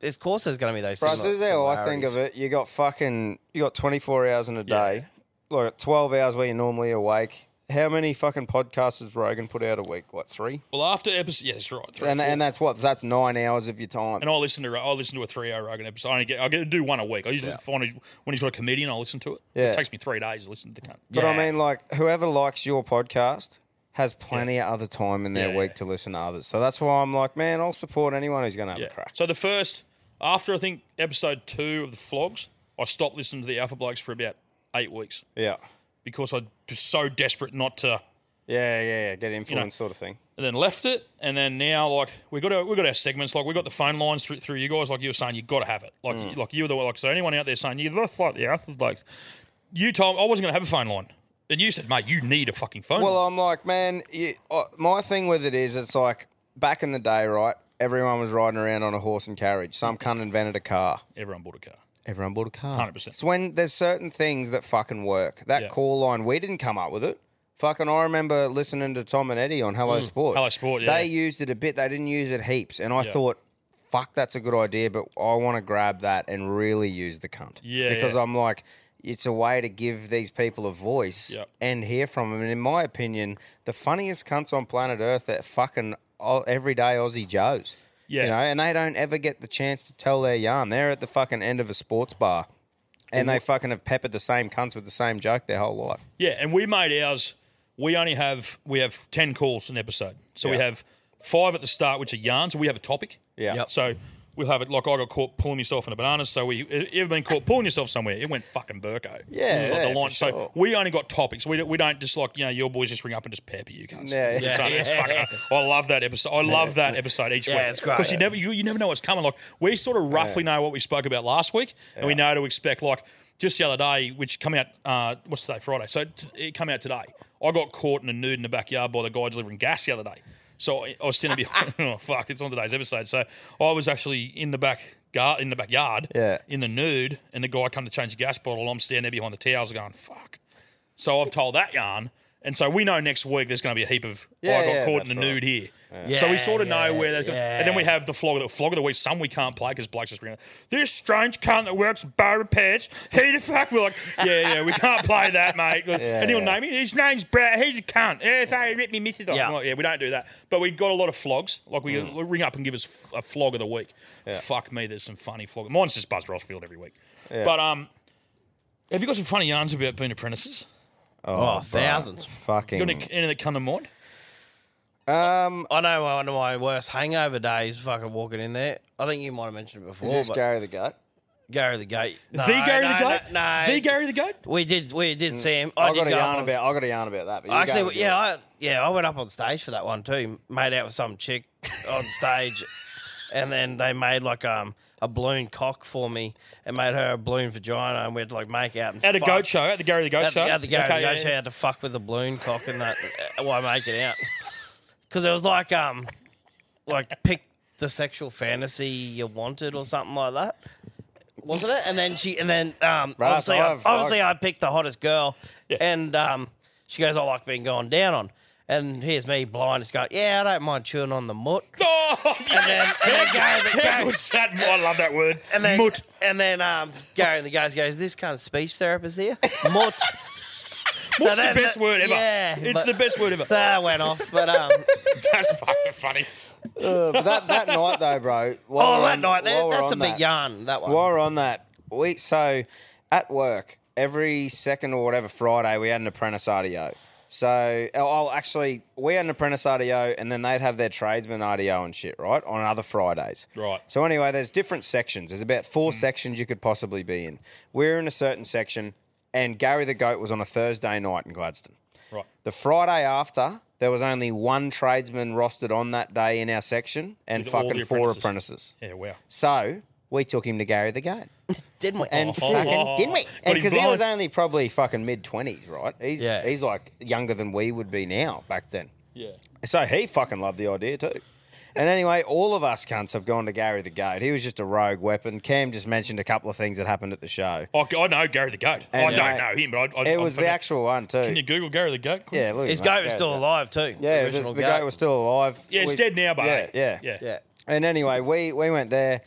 Speaker 8: Yeah.
Speaker 2: Of course, there's going to be those.
Speaker 8: Bro,
Speaker 2: similar-
Speaker 8: this is how I think
Speaker 2: similarities.
Speaker 8: of it. You got fucking, you got 24 hours in a day, like 12 hours where you're normally awake. How many fucking podcasts does Rogan put out a week? What, three?
Speaker 1: well, after episode, yeah, that's right. Three,
Speaker 8: And,
Speaker 1: four.
Speaker 8: and that's what? That's nine hours of your time.
Speaker 1: And I listen to I listen to a three hour Rogan episode. I only get I get to do one a week. I usually find it- when he's got a comedian, I listen to it.
Speaker 8: Yeah.
Speaker 1: It takes me three days to listen to the cunt.
Speaker 8: But I mean, like, whoever likes your podcast has plenty of other time in their
Speaker 1: Yeah,
Speaker 8: week to listen to others. So that's why I'm like, man, I'll support anyone who's going to have a crack.
Speaker 1: So the first after I think episode two of the flogs, I stopped listening to the Alpha Blokes for about eight weeks.
Speaker 8: Yeah.
Speaker 1: Because I was so desperate not to
Speaker 8: Yeah, yeah, yeah. Get influenced sort of thing.
Speaker 1: and then left it. And then now, like we got our, we got our segments. Like we got the phone lines through, through you guys. Like you were saying, you got to have it. Like
Speaker 8: Mm.
Speaker 1: like you were the one- like so anyone out there saying you look like the Alpha Blokes, you told I wasn't going to have a phone line, and you said, mate, you need a fucking phone.
Speaker 8: Well,
Speaker 1: line.
Speaker 8: I'm like, man, you, uh, my thing with it is, it's like back in the day, right? Everyone was riding around on a horse and carriage. Some cunt invented a car.
Speaker 1: Everyone bought a car.
Speaker 8: Everyone bought a car.
Speaker 1: 100%.
Speaker 8: It's when there's certain things that fucking work. That call line, we didn't come up with it. Fucking, I remember listening to Tom and Eddie on Hello
Speaker 1: Mm.
Speaker 8: Sport.
Speaker 1: Hello Sport, yeah.
Speaker 8: They used it a bit. They didn't use it heaps, and I
Speaker 1: Yeah.
Speaker 8: thought, fuck, that's a good idea. But I want to grab that and really use the cunt.
Speaker 1: Yeah,
Speaker 8: because
Speaker 1: yeah.
Speaker 8: I'm like, it's a way to give these people a voice
Speaker 1: Yep.
Speaker 8: and hear from them. And in my opinion, the funniest cunts on planet Earth are fucking o- everyday Aussie Joes.
Speaker 1: Yeah.
Speaker 8: You know, and they don't ever get the chance to tell their yarn. They're at the fucking end of a sports bar and they fucking have peppered the same cunts with the same joke their whole life.
Speaker 1: Yeah, and we made ours. We only have we have ten calls an episode, so we
Speaker 8: Yeah.
Speaker 1: have five at the start, which are yarns. We have a topic.
Speaker 8: Yeah. Yep.
Speaker 1: So we'll have it like I got caught pulling myself in a banana. So we if you've been caught pulling yourself somewhere, it went fucking burko. Like
Speaker 8: Yeah, yeah,
Speaker 1: the
Speaker 8: for
Speaker 1: line.
Speaker 8: sure.
Speaker 1: So we only got topics. We don't, we don't just like you know your boys just ring up and just pepper you guys.
Speaker 8: Yeah,
Speaker 1: It's
Speaker 8: yeah.
Speaker 1: fucking- it's
Speaker 8: Yeah.
Speaker 1: fucking- I love that episode. I love that episode each
Speaker 8: Yeah,
Speaker 1: week.
Speaker 8: it's great.
Speaker 1: Because you never you, you never know what's coming. Like we sort of roughly know what we spoke about last week, and we know to expect. Like just the other day, which come out uh, what's today Friday, so t- it come out today. I got caught in a nude in the backyard by the guy delivering gas the other day. So I I was standing behind. [laughs] oh fuck! It's on today's episode. So I was actually in the back gar- in the backyard,
Speaker 8: Yeah.
Speaker 1: in the nude, and the guy come to change the gas bottle. I'm standing there behind the towels, going fuck. So I've told that yarn. And so we know next week there's going to be a heap of
Speaker 9: Yeah,
Speaker 1: I got
Speaker 9: yeah,
Speaker 1: caught in
Speaker 9: that's
Speaker 1: the
Speaker 9: right.
Speaker 1: nude here.
Speaker 9: Yeah.
Speaker 1: so we sort of
Speaker 9: Yeah,
Speaker 1: know where that's
Speaker 9: yeah.
Speaker 1: And then we have the flog of the flog of the week. Some we can't play because Blake's just going, this strange cunt that works at bar repairs. He the fuck. We're like, [laughs] yeah, yeah, we can't play
Speaker 9: [laughs]
Speaker 1: that, mate. and he'll name it. His name's Brad. He's a cunt. Yeah, if they rip me missus off.
Speaker 9: Yeah.
Speaker 1: I'm like, yeah, we don't do that. But we got a lot of flogs. Like we
Speaker 9: Mm.
Speaker 1: we ring up and give us f- a flog of the week.
Speaker 9: Yeah.
Speaker 1: Fuck me, there's some funny flog. Mine's just Buzz Rossfield every week.
Speaker 9: Yeah.
Speaker 1: But um, have you got some funny yarns about being apprentices?
Speaker 8: Oh,
Speaker 1: Oh,
Speaker 8: bruh.
Speaker 1: thousands.
Speaker 8: Fucking.
Speaker 1: You got
Speaker 9: Mm.
Speaker 1: any, any that come to mind?
Speaker 8: Um,
Speaker 2: I know one of my worst hangover days. Fucking walking in there. I think you might have mentioned it before.
Speaker 8: Is this
Speaker 2: but-
Speaker 8: Gary the Goat?
Speaker 2: Gary the Goat.
Speaker 8: [laughs] The Gary the
Speaker 2: no,
Speaker 8: Goat?
Speaker 2: No,
Speaker 8: The Mm.
Speaker 2: Gary
Speaker 1: the Goat.
Speaker 2: We did. We did. Sam. I,
Speaker 8: I,
Speaker 2: did
Speaker 8: got a
Speaker 2: go up
Speaker 8: yarn
Speaker 2: on
Speaker 8: about. I got a yarn about that. But you
Speaker 2: I
Speaker 8: go with
Speaker 2: actually, yeah,
Speaker 8: yours.
Speaker 2: I, yeah, I went up on stage for that one too. Made out with some chick [laughs] on stage, and then they made like um a balloon cock for me and made her a balloon vagina, and we'd like make out and
Speaker 1: At a
Speaker 2: fuck.
Speaker 1: goat show, at the Gary the Goat
Speaker 2: at,
Speaker 1: show?
Speaker 2: At the Gary
Speaker 1: Okay,
Speaker 2: the Goat
Speaker 1: yeah,
Speaker 2: show,
Speaker 1: yeah.
Speaker 2: I had to fuck with the balloon cock and that uh, while making out, [laughs] because it was like um like pick the sexual fantasy you wanted or something like that. Wasn't it? And then she, and then um,
Speaker 8: Right,
Speaker 2: obviously,
Speaker 8: so
Speaker 2: I,
Speaker 8: I've-
Speaker 2: obviously,
Speaker 8: I've-
Speaker 2: I picked the hottest girl, and um, she goes, "I like being gone down on." And here's me blind, just going, "Yeah, I don't mind chewing on the
Speaker 8: [laughs]
Speaker 2: mutt."
Speaker 1: Oh, [laughs]
Speaker 2: and then, and then Gary, the, Gary
Speaker 1: that, Oh, I love that word.
Speaker 2: And then, mutt. And then um, Gary, the guys goes, "This kind of speech therapist here, [laughs] mutt."
Speaker 1: What's the best word ever?
Speaker 2: Yeah,
Speaker 1: It's the best word ever.
Speaker 2: So that went off, but um,
Speaker 1: [laughs] that's fucking funny.
Speaker 8: Uh, but that, that night though, bro.
Speaker 2: [laughs]
Speaker 8: while
Speaker 2: Oh,
Speaker 8: we're
Speaker 2: that
Speaker 8: on-
Speaker 2: night, that-
Speaker 8: while we're
Speaker 2: that's a
Speaker 8: on
Speaker 2: big yarn, that one.
Speaker 8: While we're on that, we so at work every second or whatever Friday we had an apprentice RDO. So I'll actually we had an apprentice RDO, and then they'd have their tradesman RDO and shit, right, on other Fridays.
Speaker 1: Right. Hmm.
Speaker 8: So anyway, there's different sections. There's about four sections you could possibly be in. We're in a certain section, and Gary the Goat was on a Thursday night in Gladstone.
Speaker 1: Right.
Speaker 8: The Friday after, there was only one tradesman rostered on that day in our section, and
Speaker 1: With all
Speaker 8: fucking
Speaker 1: the
Speaker 8: four
Speaker 1: apprentices.
Speaker 8: apprentices.
Speaker 1: Yeah, wow.
Speaker 8: So we took him to Gary the Goat.
Speaker 2: [laughs] didn't we? Oh.
Speaker 8: And fucking, didn't we?
Speaker 1: Got him
Speaker 8: Because he was
Speaker 1: blind.
Speaker 8: only probably fucking mid twenties, right? He's
Speaker 1: Yeah.
Speaker 8: he's like younger than we would be now back then.
Speaker 1: Yeah.
Speaker 8: So he fucking loved the idea too. And anyway, all of us cunts have gone to Gary the Goat. He was just a rogue weapon. Cam just mentioned a couple of things that happened at the show.
Speaker 1: I, I know Gary the Goat. I
Speaker 8: And,
Speaker 1: don't
Speaker 8: uh,
Speaker 1: know him, but I, I,
Speaker 8: it
Speaker 1: I'm
Speaker 8: was the
Speaker 1: fucking-
Speaker 8: actual one too.
Speaker 1: Can you Google Gary the Goat?
Speaker 8: Yeah, look.
Speaker 2: his
Speaker 8: mate,
Speaker 2: goat was
Speaker 8: Gary
Speaker 2: still
Speaker 8: the Goat.
Speaker 2: alive too.
Speaker 8: Yeah,
Speaker 2: the
Speaker 8: this-
Speaker 2: original
Speaker 8: the goat was still alive.
Speaker 1: Yeah, it's dead now, but
Speaker 8: yeah, yeah,
Speaker 1: yeah.
Speaker 2: Yeah.
Speaker 8: And anyway, we we went there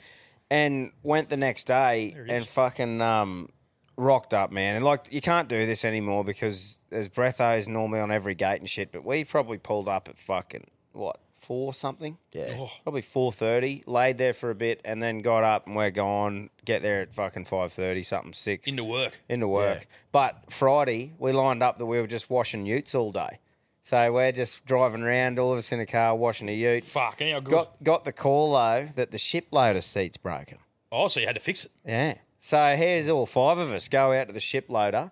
Speaker 8: and went the next day and fucking um rocked up, man. And like you can't do this anymore because there's breathos normally on every gate and shit, but we probably pulled up at fucking what, four something? Yeah. Probably four thirty, laid there for a bit and then got up and we're gone, get there at fucking five thirty, something six.
Speaker 1: Into work.
Speaker 8: Into work. But Friday, we lined up that we were just washing utes all day. So we're just driving around, all of us in a car, washing a ute.
Speaker 1: Fucking hell, good.
Speaker 8: Got, got the call, though, that the ship loader seat's broken.
Speaker 1: Oh, so you had to fix it.
Speaker 8: Yeah. So here's all five of us go out to the ship loader.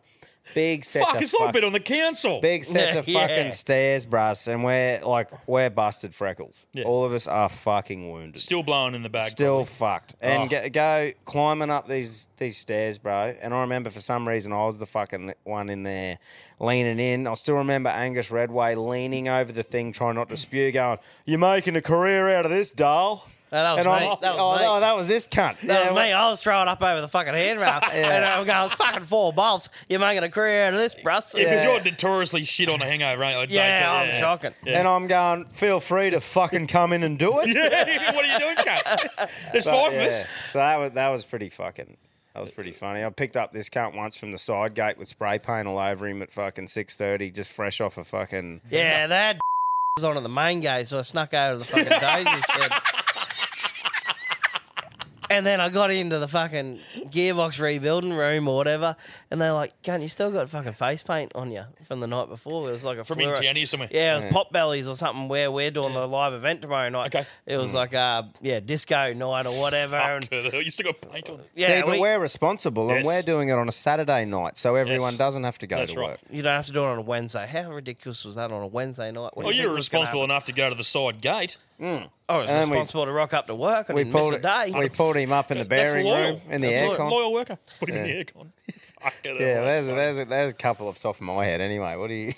Speaker 8: Big set
Speaker 1: Fuck,
Speaker 8: of
Speaker 1: it's like
Speaker 8: fuck-
Speaker 1: been on the [laughs] council.
Speaker 8: Big sets of fucking stairs, brass, and we're like we're busted freckles. All of us are fucking wounded.
Speaker 1: Still blowing in the bag.
Speaker 8: Still
Speaker 1: probably.
Speaker 8: fucked. And
Speaker 1: Oh.
Speaker 8: go, go climbing up these these stairs, bro. And I remember for some reason I was the fucking one in there leaning in. I still remember Angus Redway leaning over the thing, trying not to spew, going, You're making a career out of this, doll.
Speaker 2: No, that was
Speaker 8: and
Speaker 2: me.
Speaker 8: I'm-
Speaker 2: That was
Speaker 8: oh,
Speaker 2: me.
Speaker 8: No, that was this cunt.
Speaker 2: That
Speaker 8: Yeah,
Speaker 2: was me. I was throwing up over the fucking [laughs] handrail,
Speaker 8: Yeah.
Speaker 2: and I'm going, "It's fucking four bolts. You're making a career out of this, Russ."
Speaker 1: Yeah, because you're notoriously shit on a hangover, ain't you? I don't
Speaker 2: Yeah,
Speaker 1: tell-
Speaker 2: I'm shocking.
Speaker 8: And I'm going, feel free to fucking come in
Speaker 2: [laughs]
Speaker 8: and do it.
Speaker 1: [laughs] yeah, what are you doing, cunt? There's
Speaker 8: But,
Speaker 1: five
Speaker 8: yeah.
Speaker 1: of us.
Speaker 8: So that was that was pretty fucking. That was pretty funny. I picked up this cunt once from the side gate with spray paint all over him at fucking six thirty, just fresh off a fucking.
Speaker 2: Yeah, they [laughs] had on at the main gate, so I snuck over to the
Speaker 8: [laughs]
Speaker 2: fucking daisy shed. And then I got into the fucking gearbox rebuilding room or whatever, and they're like, "Cunt, you still got fucking face paint on you from the night before." It was like a
Speaker 1: From
Speaker 2: fluoro-
Speaker 1: Indiana or somewhere.
Speaker 2: Yeah, it was
Speaker 1: Yeah.
Speaker 2: Pop Bellies or something where we're doing the live event tomorrow night. Okay, it was like uh, yeah, disco night or whatever. and
Speaker 1: Fuck, you still got paint on it.
Speaker 8: See, but we, are responsible
Speaker 2: Yes.
Speaker 8: and we're doing it on a Saturday night, so everyone
Speaker 2: Yes.
Speaker 8: doesn't have to go to work.
Speaker 2: You don't have to do it on a Wednesday. How ridiculous was that on a Wednesday night? What
Speaker 1: Well,
Speaker 2: do
Speaker 1: you were
Speaker 2: think was gonna
Speaker 1: Oh, responsible enough to go to the side gate.
Speaker 2: I was
Speaker 8: And we-
Speaker 2: responsible to rock up to work. I
Speaker 8: we
Speaker 2: didn't miss
Speaker 8: pulled
Speaker 2: a
Speaker 8: it-
Speaker 2: day.
Speaker 8: we pulled him up in the That's bearing loyal. room, in the That's loyal. aircon.
Speaker 1: Loyal worker. Put him in
Speaker 8: Yeah.
Speaker 1: the aircon. Fucking hell,
Speaker 8: Yeah,
Speaker 1: that's
Speaker 8: there's a, there's a, there's a couple off the top of my head. Anyway, what do you?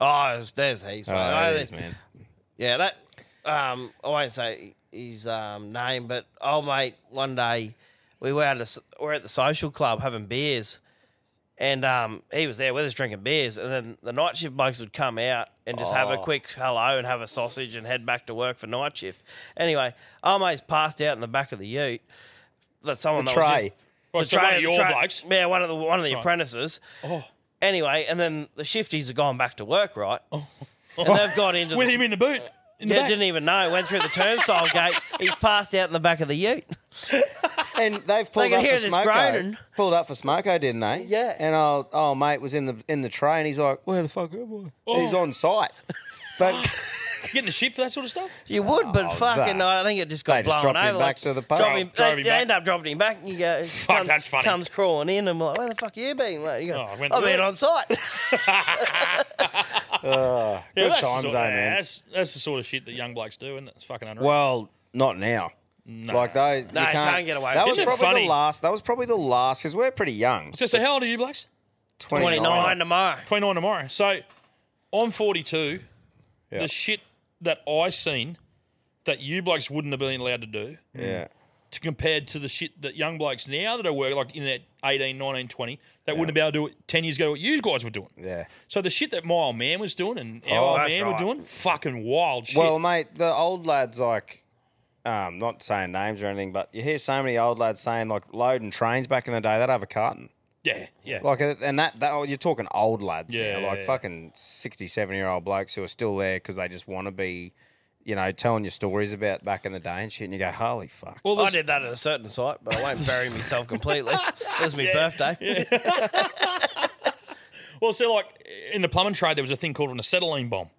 Speaker 2: Oh, there's- there's heaps.
Speaker 8: Oh,
Speaker 2: mate.
Speaker 8: there
Speaker 2: I
Speaker 8: it
Speaker 2: think-
Speaker 8: is, man.
Speaker 2: Yeah, that. Um, I won't say his um, name, but oh mate, one day we were at a, s- we're at the social club having beers, And um, he was there with us drinking beers, and then the night shift blokes would come out and just have a
Speaker 11: Oh.
Speaker 2: quick hello and have a sausage and head back to work for night shift. Anyway, our mate's passed out in the back of the ute. That someone
Speaker 1: The
Speaker 2: that was
Speaker 1: tray.
Speaker 2: just,
Speaker 1: Right, so one of your blokes?
Speaker 2: Yeah, one of the one of the
Speaker 1: Right.
Speaker 2: apprentices.
Speaker 1: Oh.
Speaker 2: Anyway, and then the shifties have gone back to work, right? And they've got into
Speaker 1: With
Speaker 2: the-
Speaker 1: him in the boot. in the
Speaker 2: yeah,
Speaker 1: back.
Speaker 2: didn't even know. Went through the turnstile gate. He's passed out in the back of the ute.
Speaker 8: And they've
Speaker 2: They can hear this groaning.
Speaker 8: Pulled up for Smoko, didn't they? Yeah. And oh, oh mate was in the in the train. He's like, where the fuck am I? He's
Speaker 2: [laughs]
Speaker 8: on site. But
Speaker 1: Getting the shit for that sort of stuff?
Speaker 2: You would, but
Speaker 8: Oh,
Speaker 2: fucking,
Speaker 8: that-
Speaker 2: I think it just got
Speaker 8: They just
Speaker 2: blown
Speaker 8: dropped him
Speaker 2: over.
Speaker 8: back
Speaker 2: like,
Speaker 8: to the pub.
Speaker 2: drop him-
Speaker 8: Drove
Speaker 2: they,
Speaker 8: him
Speaker 2: they
Speaker 8: back.
Speaker 2: end up dropping him back, and you go, fuck,
Speaker 1: that's funny.
Speaker 2: Comes crawling in, and we're like, where the fuck you been? Like, you go,
Speaker 1: Oh, I went
Speaker 2: I've
Speaker 1: through it."
Speaker 2: been on
Speaker 1: [laughs]
Speaker 8: [laughs]
Speaker 2: site.
Speaker 8: Uh,
Speaker 1: Yeah,
Speaker 8: good
Speaker 1: that's the
Speaker 8: times,
Speaker 1: sort-
Speaker 8: though,
Speaker 1: yeah,
Speaker 8: man.
Speaker 1: That's, that's the sort of shit that young blokes do, and it's fucking unreal.
Speaker 8: Well, not now. Like those,
Speaker 1: No,
Speaker 8: you
Speaker 1: you
Speaker 8: can't,
Speaker 1: can't get away
Speaker 8: That
Speaker 1: with
Speaker 8: was
Speaker 1: it. Isn't it
Speaker 8: probably
Speaker 1: funny?
Speaker 8: the last. That was probably the last because we're pretty young.
Speaker 1: So, so how old are you, blokes?
Speaker 8: 29. 29
Speaker 2: tomorrow.
Speaker 1: 29 tomorrow. So I'm 42.
Speaker 8: Yeah.
Speaker 1: The shit that I seen that you blokes wouldn't have been allowed to do.
Speaker 8: Yeah.
Speaker 1: To compared to the shit that young blokes now that are working, like in that 18, 19, 20, that wouldn't have been able to do it 10 years ago what you guys were doing.
Speaker 8: Yeah.
Speaker 1: So the shit that my old man was doing and our
Speaker 8: Oh,
Speaker 1: old
Speaker 8: that's
Speaker 1: man were
Speaker 8: right.
Speaker 1: doing, fucking wild shit.
Speaker 8: Well, mate, the old lads like, um, not saying names or anything, but you hear so many old lads saying like loading trains back in the day. They'd have a carton.
Speaker 1: yeah, yeah.
Speaker 8: Like, uh, and that, that oh, you're talking old lads.
Speaker 1: Yeah,
Speaker 8: Yeah.
Speaker 1: yeah,
Speaker 8: like
Speaker 1: yeah.
Speaker 8: fucking 60, 70 year old blokes who are still there because they just want to be, you know, telling you stories about back in the day and shit. And you go, holy fuck.
Speaker 2: Well, I did that at a certain site, but I won't bury myself completely. [laughs] It was my birthday.
Speaker 1: Well, so like in the plumbing trade, there was a thing called an acetylene bomb,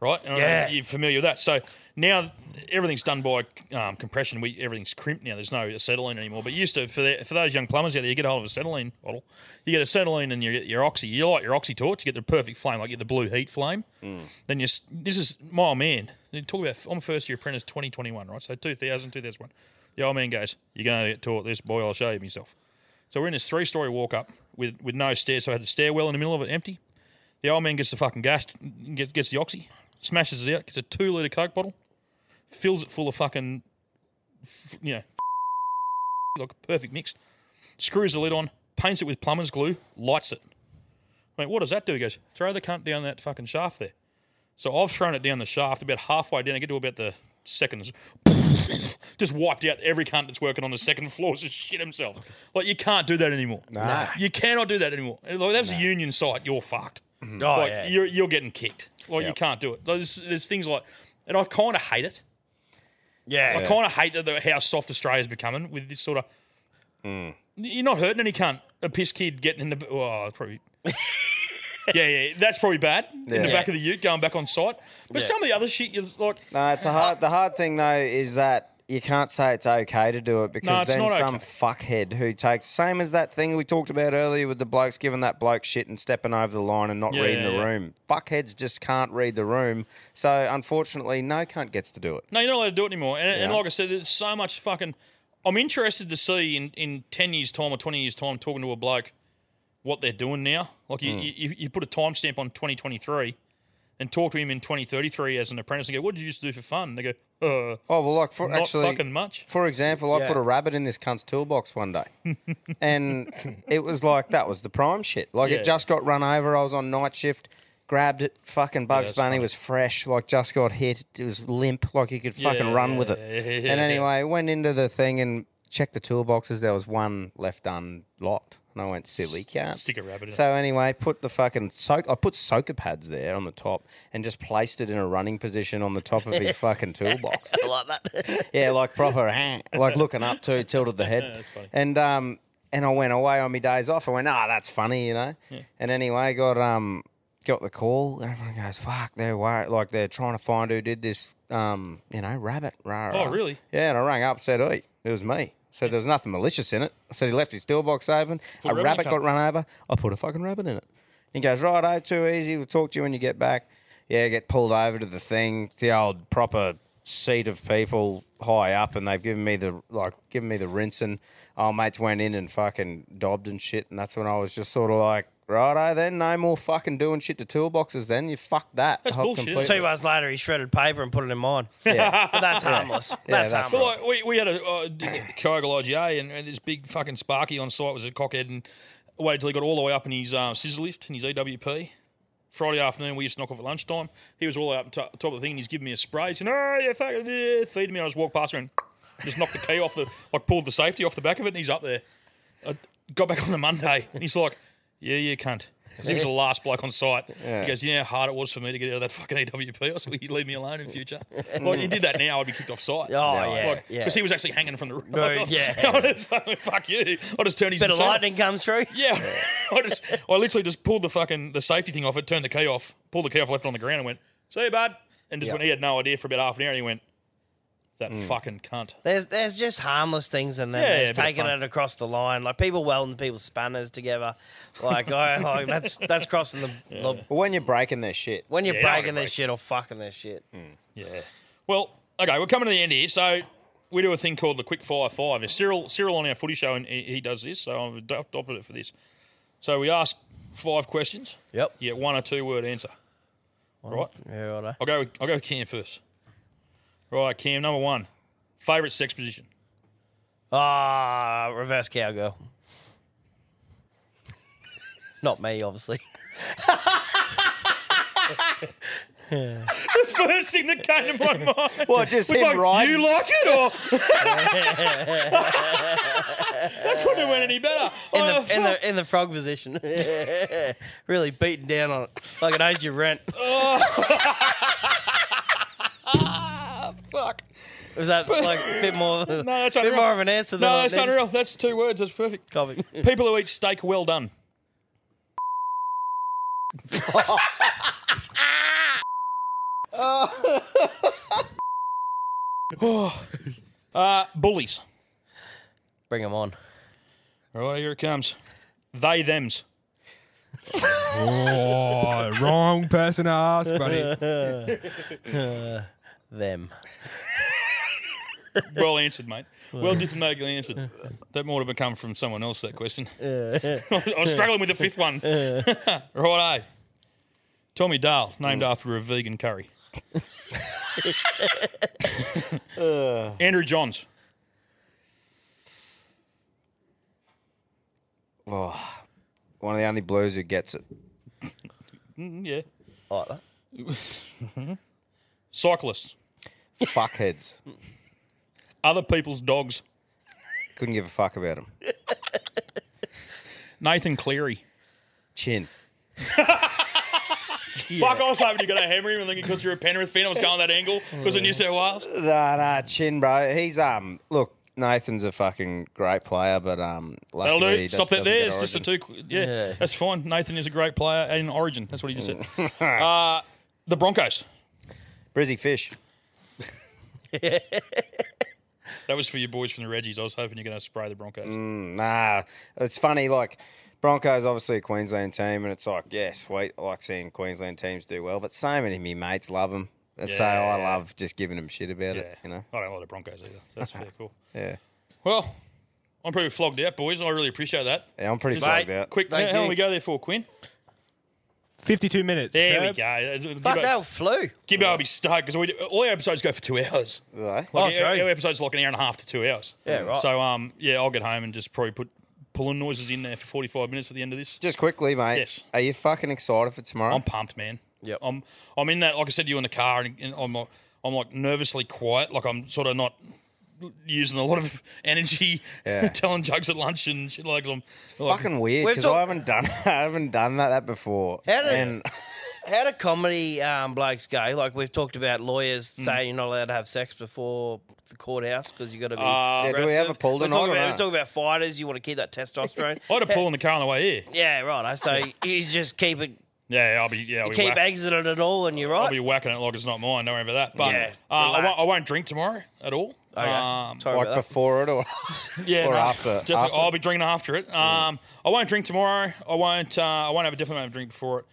Speaker 1: right? And I don't know
Speaker 2: Yeah.
Speaker 1: if you're familiar with that. So now everything's done by um, compression. We everything's crimped now. There's no acetylene anymore. But you used to for the, for those young plumbers out there, you get a hold of an acetylene bottle, you get acetylene and you get your oxy. You like your oxy torch, you get the perfect flame, like you get the blue heat flame. Then you s- this is my old man. You talk about I'm a first year apprentice, 2021, right? So 2000, 2001. The old man goes, "You're going to get taught this, boy. I'll show you myself." So we're in this three story walk up with, with no stairs. So I had a stairwell in the middle of it empty. The old man gets the fucking gas, gets, gets the oxy, smashes it out, gets a two litre Coke bottle, fills it full of fucking, f- you know, [laughs] like a perfect mix, screws the lid on, paints it with plumber's glue, lights it. I mean, what does that do? He goes, throw the cunt down that fucking shaft there. So I've thrown it down the shaft about halfway down. I get to about the seconds. [laughs] Just wiped out every cunt that's working on the second floor to shit himself. Like, you can't do that anymore.
Speaker 8: Nah.
Speaker 1: You cannot do that anymore. Like, that was a union site. You're fucked.
Speaker 2: Oh,
Speaker 1: like,
Speaker 2: yeah.
Speaker 1: You're, you're getting kicked. Like, you
Speaker 2: Yep.
Speaker 1: can't do it. Like, there's, there's things like, and I kind of hate it.
Speaker 2: Yeah.
Speaker 1: I kind of hate that the, how soft Australia's becoming with this sort of. You're not hurting any cunt. A piss kid getting in the. Oh,
Speaker 8: [laughs]
Speaker 1: probably. yeah, yeah, that's probably bad. In the
Speaker 8: Yeah.
Speaker 1: back of the ute, going back on site. But
Speaker 8: Yeah.
Speaker 1: some of the other shit, is like,
Speaker 8: No, it's a hard. The hard thing though is that you can't say it's okay to do it because
Speaker 1: it's
Speaker 8: then
Speaker 1: not
Speaker 8: some fuckhead who takes same as that thing we talked about earlier with the blokes giving that bloke shit and stepping over the line and not
Speaker 1: Yeah,
Speaker 8: reading
Speaker 1: yeah,
Speaker 8: the
Speaker 1: yeah.
Speaker 8: room. Fuckheads just can't read the room, so unfortunately, no cunt gets to do it.
Speaker 1: No, you're not allowed to do it anymore. And, and
Speaker 8: Yeah.
Speaker 1: like I said, there's so much fucking. I'm interested to see in, in 10 years' time or 20 years' time talking to a bloke what they're doing now. Like you,
Speaker 8: Mm.
Speaker 1: you, you- you put a timestamp on 2023 and talk to him in 2033 as an apprentice and go, What did you used to do for fun? And they go, uh,
Speaker 8: Oh well, like for
Speaker 1: not
Speaker 8: actually,
Speaker 1: fucking much.
Speaker 8: For example, I
Speaker 1: Yeah.
Speaker 8: put a rabbit in this cunt's toolbox
Speaker 1: [laughs]
Speaker 8: one day, and it was like that was the prime shit. Like
Speaker 1: Yeah.
Speaker 8: it just got run over. I was on night shift, grabbed it. Fucking Bugs
Speaker 1: that's
Speaker 8: Bunny
Speaker 1: funny.
Speaker 8: was fresh. Like just got hit. It was limp. Like you could
Speaker 1: Yeah,
Speaker 8: fucking run with it.
Speaker 1: yeah, yeah,
Speaker 8: and
Speaker 1: yeah.
Speaker 8: anyway, went into the thing and checked the toolboxes. There was one left unlocked. And I went silly, can't
Speaker 1: Stick a rabbit in
Speaker 8: So anyway, put the fucking soak. I put soaker pads there on the top, and just placed it in a running position on the top
Speaker 1: [laughs]
Speaker 8: of his fucking toolbox
Speaker 2: I like that.
Speaker 8: [laughs] yeah, like proper, eh, like looking up to, tilted the head.
Speaker 2: That's funny.
Speaker 8: And um, and I went away on my days off. I went, ah, that's funny, you know.
Speaker 2: Yeah.
Speaker 8: And anyway, got um, got the call. Everyone goes, fuck, they're worried, like they're trying to find who did this, um, you know, rabbit. Rah,
Speaker 1: Oh,
Speaker 8: rah.
Speaker 1: really?
Speaker 8: Yeah. And I rang up, said, hey, it was me. Said there was nothing malicious in it. I said he left his toolbox open.
Speaker 1: Put
Speaker 8: a
Speaker 1: rabbit in
Speaker 8: rabbit
Speaker 1: the
Speaker 8: got
Speaker 1: cup.
Speaker 8: run over. I put a fucking rabbit in it. He goes, right, oh, too easy. We'll talk to you when you get back. Yeah, get pulled over to the thing, the old proper seat of people high up, and they've given me the like, given me the rinsing. Our mates went in and fucking dobbed and shit, and that's when I was just sort of like, righto, then no more fucking doing shit to toolboxes. Then you fuck that. Hop completely.
Speaker 2: Two months later, he shredded paper and put it in mine.
Speaker 8: Yeah.
Speaker 2: but that's
Speaker 8: Yeah.
Speaker 2: harmless.
Speaker 8: Yeah,
Speaker 2: that's,
Speaker 8: that's
Speaker 2: harmless.
Speaker 1: Well, like, we, we had a uh, Kogel IGA and, and this big fucking Sparky on site was a cockhead and waited till he got all the way up in his um, scissor lift and his EWP. Friday afternoon, we used to knock off at lunchtime. He was all the way up to- top of the thing, and he's giving me a spray. He's going, "Oh yeah, fuck it, yeah," feed me. And I just walked past him and just knocked the key off the, like pulled the safety off the back of it, and he's up there. I got back on the Monday, and he's like, "Yeah, yeah, cunt." 'Cause he was the last bloke on site.
Speaker 9: Yeah.
Speaker 1: He goes, "You know how hard it was for me to get out of that fucking EWP? I said, Will you leave me alone in future?" Like, you did that now, I'd be kicked off site.
Speaker 2: Oh, yeah, yeah.
Speaker 1: Because he was actually hanging from the roof.
Speaker 2: No, yeah.
Speaker 1: [laughs] I just fucking, [laughs] fuck you. I just turned his
Speaker 2: Bit of
Speaker 1: machine off. [laughs]
Speaker 2: lightning comes through.
Speaker 1: Yeah. I just, I literally just pulled the fucking the safety thing off it, turned the key off, pulled the key off, left it on the ground, and went, "See you, bud." And just
Speaker 2: Yeah.
Speaker 1: went. He had no idea for about half an hour. and He went, "That
Speaker 2: Mm.
Speaker 1: fucking cunt."
Speaker 2: There's there's just harmless things and then
Speaker 1: Yeah, yeah, a
Speaker 2: there's
Speaker 1: bit of
Speaker 2: taking
Speaker 1: fun.
Speaker 2: it across the line. Like people welding people's spanners together.
Speaker 1: [laughs]
Speaker 2: Like, I, like that's that's crossing the, the
Speaker 8: Well, when you're breaking their shit.
Speaker 2: when you're
Speaker 1: Yeah, you don't wanna
Speaker 2: breaking their
Speaker 1: break
Speaker 2: shit or fucking their shit.
Speaker 1: Yeah. Well, okay, we're coming to the end here. So we do a thing called the quick fire five. Now, Cyril, Cyril on our footy show, and he, he does this, so I've adopted it for this. So we ask five questions.
Speaker 2: Yep.
Speaker 1: You get one or two word answer. Right.
Speaker 2: Yeah, righto.
Speaker 1: I'll go. With, I'll go with Cam first. Right, Cam. Number one, favorite sex position. [laughs]
Speaker 2: Ah, reverse cowgirl. [laughs] Not me, obviously.
Speaker 1: the first thing that came to my
Speaker 2: [laughs]
Speaker 1: mind.
Speaker 2: What, just
Speaker 1: was
Speaker 2: him
Speaker 1: like,
Speaker 2: riding?
Speaker 1: You like it or?
Speaker 2: [laughs]
Speaker 1: that couldn't have went any better.
Speaker 2: In
Speaker 1: Oh,
Speaker 2: the, in
Speaker 1: fuck.
Speaker 2: the in the frog position. [laughs] really beating down on it. Like it owes
Speaker 1: [laughs]
Speaker 2: you rent.
Speaker 1: Ah, Fuck.
Speaker 2: Was
Speaker 1: [laughs]
Speaker 2: that like a bit more [laughs]
Speaker 1: No, that's
Speaker 2: bit
Speaker 1: unreal.
Speaker 2: more of an answer than
Speaker 1: No,
Speaker 2: I
Speaker 1: that's
Speaker 2: needed?
Speaker 1: unreal. That's two words. That's perfect.
Speaker 2: Copy. [laughs]
Speaker 1: People who eat steak, well done. [laughs] uh, bullies.
Speaker 2: Bring them on.
Speaker 1: All right, here it comes. They thems.
Speaker 10: Oh, wrong person to ask, buddy.
Speaker 2: Uh, them.
Speaker 1: Well answered, mate. Well diplomatically answered. That might have become from someone else. That question. [laughs] I was struggling with the fifth one. [laughs] right, eh? Tommy Dale, named after a vegan curry. Andrew Johns.
Speaker 8: Oh, one of the only blues who gets it.
Speaker 1: Mm, yeah.
Speaker 2: Like Oh, that.
Speaker 1: Cyclists.
Speaker 8: Fuckheads.
Speaker 1: Other people's dogs.
Speaker 8: Couldn't give a fuck about them.
Speaker 1: Nathan Cleary. [laughs]
Speaker 8: Chin.
Speaker 1: Fuck, I was hoping you got a hammer him and then because you're a Penrith fan, I was going that angle because of New South Wales.
Speaker 8: Nah, nah, Chin, bro. He's um. Look, Nathan's a fucking great player, but um.
Speaker 1: That'll
Speaker 8: luckily
Speaker 1: do.
Speaker 8: he just
Speaker 1: Stop that
Speaker 8: doesn't
Speaker 1: there.
Speaker 8: get
Speaker 1: It's just a
Speaker 8: Origin.
Speaker 1: two. qu- Yeah, that's fine. Nathan is a great player in Origin. That's what he just said. uh, the Broncos.
Speaker 8: Brizzy Fish.
Speaker 1: That was for you boys from the Reggies. I was hoping you're going to spray the Broncos.
Speaker 8: Mm, nah, it's funny. Like Broncos, obviously a Queensland team, and it's like, yeah, sweet. I like seeing Queensland teams do well, but so many of me mates love them. So I
Speaker 1: Yeah.
Speaker 8: love just giving them shit about it. You know.
Speaker 1: I don't like the Broncos either. So that's
Speaker 8: [laughs]
Speaker 1: fair. Cool.
Speaker 8: Yeah.
Speaker 1: Well, I'm pretty flogged out, boys. I really appreciate that.
Speaker 8: Yeah, I'm pretty
Speaker 1: Just
Speaker 8: flogged out.
Speaker 1: Quick, how
Speaker 8: Thank
Speaker 1: long
Speaker 8: you.
Speaker 1: we go there for, Quinn?
Speaker 10: 52 minutes.
Speaker 1: There
Speaker 10: Kerb.
Speaker 1: we go.
Speaker 10: Fuck,
Speaker 1: that
Speaker 2: flew.
Speaker 1: Gibbo will be stoked because all our episodes go for two hours.
Speaker 8: Like,
Speaker 2: Oh,
Speaker 1: our,
Speaker 2: true.
Speaker 1: our episode's like an hour and a half to two hours.
Speaker 2: Yeah, right.
Speaker 1: So, um, yeah, I'll get home and just probably put pulling noises in there for 45 minutes at the end of this.
Speaker 8: Just quickly, mate.
Speaker 1: Yes.
Speaker 8: Are you fucking excited for tomorrow?
Speaker 1: I'm pumped, man. Yeah, I'm. I'm in that. Like I said to you in the car, and, and I'm. like- I'm like nervously quiet. Like I'm sort of not using a lot of [laughs] energy,
Speaker 8: Yeah.
Speaker 1: [laughs] telling jokes at lunch and shit. Like I'm like-
Speaker 8: fucking weird because I
Speaker 1: [laughs]
Speaker 8: haven't done I haven't done that, that before.
Speaker 2: How do-
Speaker 8: and
Speaker 2: [laughs] How do comedy um, blokes go? Like we've talked about lawyers
Speaker 1: Mm.
Speaker 2: saying you're not allowed to have sex before the courthouse because you got to be.
Speaker 1: Uh, Yeah, do we
Speaker 2: aggressive.
Speaker 1: have a pool
Speaker 2: We're
Speaker 1: tonight
Speaker 2: talking
Speaker 1: or
Speaker 2: about,
Speaker 1: no?
Speaker 2: we're talking about fighters. You want to keep that
Speaker 1: [laughs]
Speaker 2: testosterone.
Speaker 1: I had a pull in the car on the way here.
Speaker 2: [laughs] yeah, right. eh?
Speaker 1: [laughs]
Speaker 2: So you just keep it.
Speaker 1: Yeah, yeah, I'll be. Yeah, I'll
Speaker 2: You
Speaker 1: be
Speaker 2: keep
Speaker 1: whack-
Speaker 2: exiting it all, and you're
Speaker 1: I'll
Speaker 2: right.
Speaker 1: be whacking it like it's not mine. Don't worry about that. But
Speaker 2: Yeah,
Speaker 1: uh, I, won't, I
Speaker 2: relaxed.
Speaker 1: won't drink tomorrow at all. Uh,
Speaker 2: Okay. Sorry
Speaker 8: like before it or
Speaker 1: Yeah,
Speaker 8: or
Speaker 1: no,
Speaker 8: after.
Speaker 1: Definitely,
Speaker 8: after.
Speaker 1: I'll be drinking after it. Um, I won't drink tomorrow. I won't. Uh, I won't have a definitely won't have a drink before it.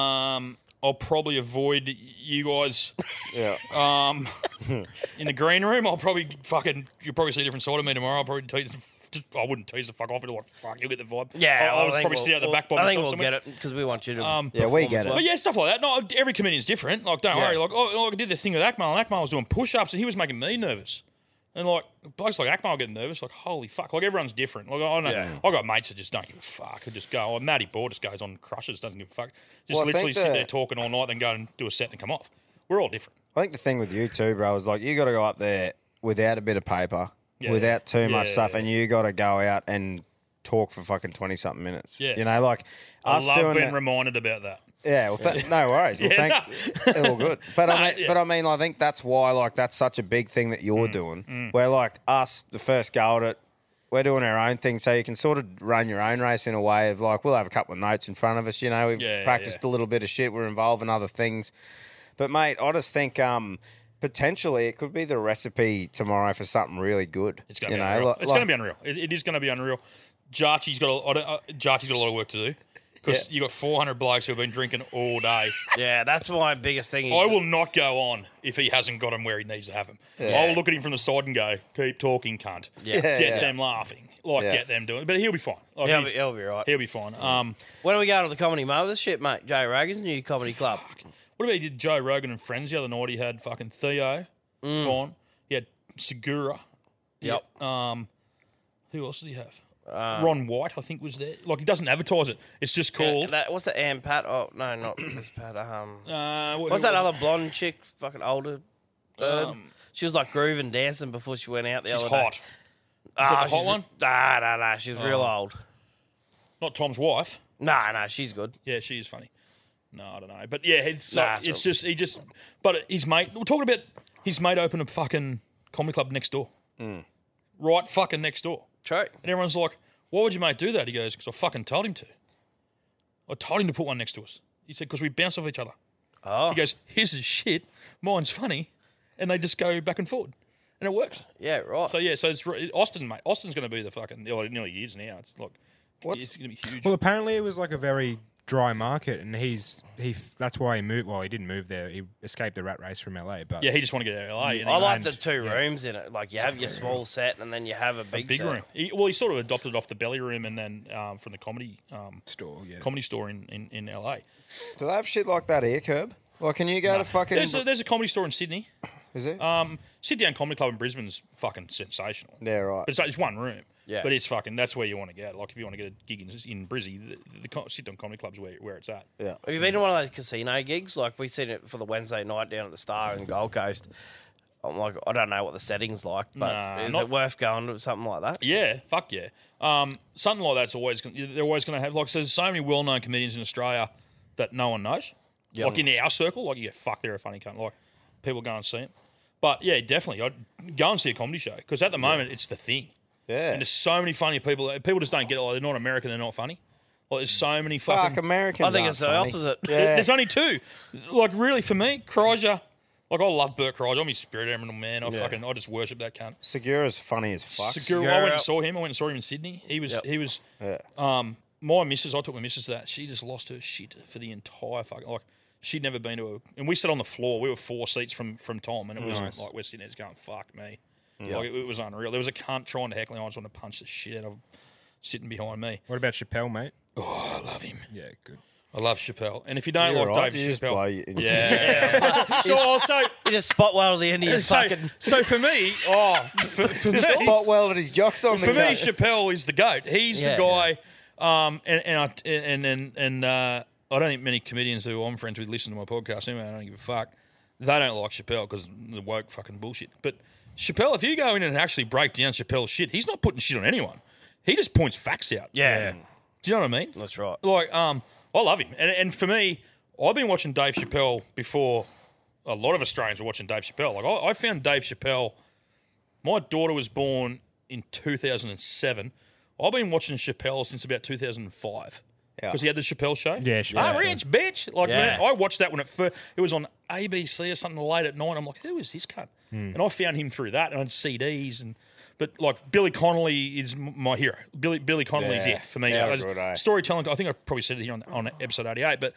Speaker 1: Um, I'll probably avoid you guys.
Speaker 8: Yeah. [laughs]
Speaker 1: Um, in the green room, I'll probably fucking. You'll probably see a different side of me tomorrow. I'll probably tease. Just, I wouldn't tease the fuck off. It'll like fuck. You'll get the vibe.
Speaker 2: Yeah,
Speaker 1: [laughs] I'll,
Speaker 2: well,
Speaker 1: I'll just
Speaker 2: think
Speaker 1: probably
Speaker 2: we'll-
Speaker 1: sit out the
Speaker 2: we'll-
Speaker 1: back by
Speaker 2: I
Speaker 1: myself.
Speaker 2: think we'll
Speaker 1: somewhere.
Speaker 2: get it because we want you to.
Speaker 1: Um,
Speaker 8: Yeah, we get it.
Speaker 1: But yeah, stuff like that. No, every comedian's different. Like, oh, don't
Speaker 8: Yeah.
Speaker 1: worry. Like, oh, like, I did the thing with Akmal, and Akmal was doing push-ups, and he was making me nervous. And like blokes like Ackman, I get nervous. Like holy fuck! Like everyone's different. Like I know
Speaker 8: Yeah.
Speaker 1: I got mates that just don't give a fuck. Who just go. Oh, Matty Ball just goes on and crushes. Doesn't give a fuck. Just
Speaker 8: Well, I think
Speaker 1: literally sit
Speaker 8: that-
Speaker 1: there talking all night, then go and do a set and come off. We're all different.
Speaker 8: I think the thing with you too, bro, is like you got to go up there without a bit of paper,
Speaker 1: Yeah.
Speaker 8: without too much
Speaker 1: Yeah.
Speaker 8: stuff, and you got to go out and talk for fucking twenty something minutes.
Speaker 1: Yeah.
Speaker 8: you know, like
Speaker 1: I
Speaker 8: us
Speaker 1: love
Speaker 8: doing
Speaker 1: being
Speaker 8: that-
Speaker 1: reminded about that.
Speaker 8: Yeah, well, th- no worries. Well,
Speaker 1: Yeah,
Speaker 8: thank, all good.
Speaker 1: [laughs]
Speaker 8: But
Speaker 1: No,
Speaker 8: I mean,
Speaker 1: yeah. Mm,
Speaker 8: but I mean, I think that's why, like, that's such a big thing that you're doing. Where like us, the first go at it, we're doing our own thing, so you can sort of run your own race in a way of like, we'll have a couple of notes in front of us. You know, we've
Speaker 1: Yeah, yeah,
Speaker 8: practiced a little bit of shit. We're involved in other things. But mate, I just think um, potentially it could be the recipe tomorrow for something really good.
Speaker 1: It's gonna
Speaker 8: you
Speaker 1: be
Speaker 8: know,
Speaker 1: unreal.
Speaker 8: like-
Speaker 1: it's gonna be unreal. It, it is gonna be unreal. Jarchi's got a, I don't- uh, Jarchi's got a lot of work to do because
Speaker 2: Yeah.
Speaker 1: you got 400 blokes who've been drinking all day.
Speaker 2: Yeah, that's my biggest thing. Is
Speaker 1: I will not go on if he hasn't got him where he needs to have him.
Speaker 2: Yeah.
Speaker 1: I'll look at him from the side and go, "Keep talking, cunt.
Speaker 2: Yeah.
Speaker 1: get
Speaker 2: Yeah.
Speaker 1: them laughing, like
Speaker 2: Yeah.
Speaker 1: get them doing." But he'll be fine. Like,
Speaker 2: he'll, be,
Speaker 1: he's-
Speaker 2: he'll be right.
Speaker 1: He'll be fine. Um,
Speaker 2: when are we going to the comedy mothership, mate? Jay Ragan's new comedy club.
Speaker 1: What about he did Joe Rogan and friends the other night? He had fucking Theo,
Speaker 2: Mm.
Speaker 1: Vaughn. He had Segura.
Speaker 2: Yep.
Speaker 1: He- Um, who else did he have? Ron White, I think, was there. Like he doesn't advertise it. It's just
Speaker 2: Um, Yeah,
Speaker 1: called.
Speaker 2: that, what's the Ann Pat? Oh
Speaker 1: [clears throat]
Speaker 2: no, not Miss Pat. Um,
Speaker 1: Uh, wh-
Speaker 2: what's
Speaker 1: who
Speaker 2: that
Speaker 1: was
Speaker 2: other blonde chick? Fucking older. bird?
Speaker 1: Um,
Speaker 2: she was like grooving dancing before she went out the
Speaker 1: She's
Speaker 2: other day.
Speaker 1: hot. Is that
Speaker 2: Ah,
Speaker 1: the hot
Speaker 2: she's-
Speaker 1: one?
Speaker 2: Nah, nah, nah. She's real
Speaker 1: Oh.
Speaker 2: old.
Speaker 1: Not Tom's wife.
Speaker 2: Nah, nah. She's good.
Speaker 1: Yeah, she is funny. No, I don't know. But yeah, it's
Speaker 2: Nah,
Speaker 1: like- it's
Speaker 2: so-
Speaker 1: just he just. But his mate. We're talking about his mate opened a fucking comedy club next door.
Speaker 2: Mm.
Speaker 1: Right, fucking next door.
Speaker 2: True. And
Speaker 1: everyone's like, "Why would your mate do that?" He goes, "Because I fucking told him to. I told him to put one next to us." He said, "Because we bounce off each other."
Speaker 2: Oh.
Speaker 1: He goes, "His is shit. Mine's funny," and they just go back and forward. And it works.
Speaker 2: Yeah, right.
Speaker 1: So yeah, so it's re- Austin, mate. Austin's going to be the fucking. Well, it nearly is now. It's like it's going to be huge.
Speaker 10: Well, apparently it was like a very dry market, and he's he. f- That's why he moved. Well, he didn't move there. He escaped the rat race from LA. But
Speaker 1: Yeah, he just wanted to get out of LA.
Speaker 2: I like the two rooms in it. Like you have your small set and then you have a
Speaker 1: a
Speaker 2: big,
Speaker 1: big
Speaker 2: set.
Speaker 1: room. He, well, he sort of adopted off the belly room and then um, from the comedy um,
Speaker 10: store, yeah.
Speaker 1: comedy store in, in, in LA.
Speaker 8: Do they have shit like that here, Curb? Like, can you go to fucking?
Speaker 1: There's a, there's a comedy store in Sydney.
Speaker 8: Is it?
Speaker 1: Um, sit down comedy club in Brisbane's fucking sensational.
Speaker 8: yeah, right.
Speaker 1: But it's, it's one room.
Speaker 8: Yeah.
Speaker 1: But it's fucking. That's where you want to get. Like if you want to get a gig in in Brizzy, the, the co- sit down comedy club's where where it's at.
Speaker 8: Yeah.
Speaker 2: Have you been to one of those casino gigs? Like we seen it for the Wednesday night down at the Star in Gold Coast. I'm like, I don't know what the setting's like, but
Speaker 1: Nah,
Speaker 2: is
Speaker 1: not-
Speaker 2: it worth going to something like that?
Speaker 1: Yeah, fuck yeah. Um, something like that's always gonna- they're always going to have like so there's so many well known comedians in Australia that no one knows.
Speaker 2: Yeah.
Speaker 1: Like in our circle, like you get fuck, they're a funny cunt. Like people go and see them. But yeah, definitely, I'd go and see a comedy show because at the moment it's the thing.
Speaker 8: Yeah.
Speaker 1: And there's so many funny people. People just don't get it. Like they're not American, they're not funny. Like there's so many fucking
Speaker 8: Fuck, Americans I think aren't it's the funny. opposite. Yeah.
Speaker 1: There's only two. Like really, for me, Kryger. Like I love Burt Kryger. I'm his spirit animal man. I
Speaker 8: Yeah.
Speaker 1: fucking I just worship that cunt.
Speaker 8: Segura's funny as fuck.
Speaker 1: Segura, I went and saw him. I went and saw him in Sydney. He was
Speaker 8: Yep.
Speaker 1: he was
Speaker 8: Yeah.
Speaker 1: um my missus. I took my missus to that. She just lost her shit for the entire fucking like. She'd never been to a and we sat on the floor. We were four seats from from Tom, and it was
Speaker 6: Nice.
Speaker 1: like we're sitting there just going fuck me.
Speaker 6: Yeah.
Speaker 1: Like it, it was unreal. There was a cunt trying to heckle. And I just wanted to punch the shit out of him sitting behind me.
Speaker 10: What about Chappelle, mate?
Speaker 1: Oh, I love him.
Speaker 10: Yeah, good.
Speaker 1: I love Chappelle. And if you don't like
Speaker 10: Dave
Speaker 1: Dave Chappelle, [laughs] yeah. so also
Speaker 2: you just spot well at the end of your
Speaker 1: [laughs] so,
Speaker 2: fucking.
Speaker 1: so for me, oh, for, for me,
Speaker 8: Just spot welded his jocks on
Speaker 1: for
Speaker 8: the
Speaker 1: me,
Speaker 8: goat.
Speaker 1: Chappelle is the goat. He's
Speaker 8: Yeah.
Speaker 1: the guy, um, and and I, and and, and uh, I don't think many comedians who I'm friends with listen to my podcast anyway. I don't give a fuck. They don't like Chappelle because the woke fucking bullshit. But Chappelle, if you go in and actually break down Chappelle's shit, he's not putting shit on anyone. He just points facts out.
Speaker 2: Yeah.
Speaker 1: Do you know what I mean?
Speaker 2: That's right.
Speaker 1: Like, um, I love him, and and for me, I've been watching Dave Chappelle before. A lot of Australians were watching Dave Chappelle. Like, I, I found Dave Chappelle. My daughter was born in 2007. I've been watching Chappelle since about 2005.
Speaker 8: Yeah.
Speaker 1: Because he had the Chappelle show.
Speaker 8: Yeah, Chappelle
Speaker 1: I'm
Speaker 8: show.
Speaker 1: rich, bitch. Like,
Speaker 8: Yeah.
Speaker 1: man, I watched that when it first, it was on ABC or something late at night. I'm like, who is this cunt?
Speaker 8: Hmm.
Speaker 1: And I found him through that and on CDs. and But, like, Billy Connolly is m- my hero. Billy, Billy Connolly's
Speaker 8: Yeah.
Speaker 1: it for me.
Speaker 8: Yeah,
Speaker 1: I was-
Speaker 8: good, eh?
Speaker 1: storytelling, I think I probably said it here on, on episode 88, but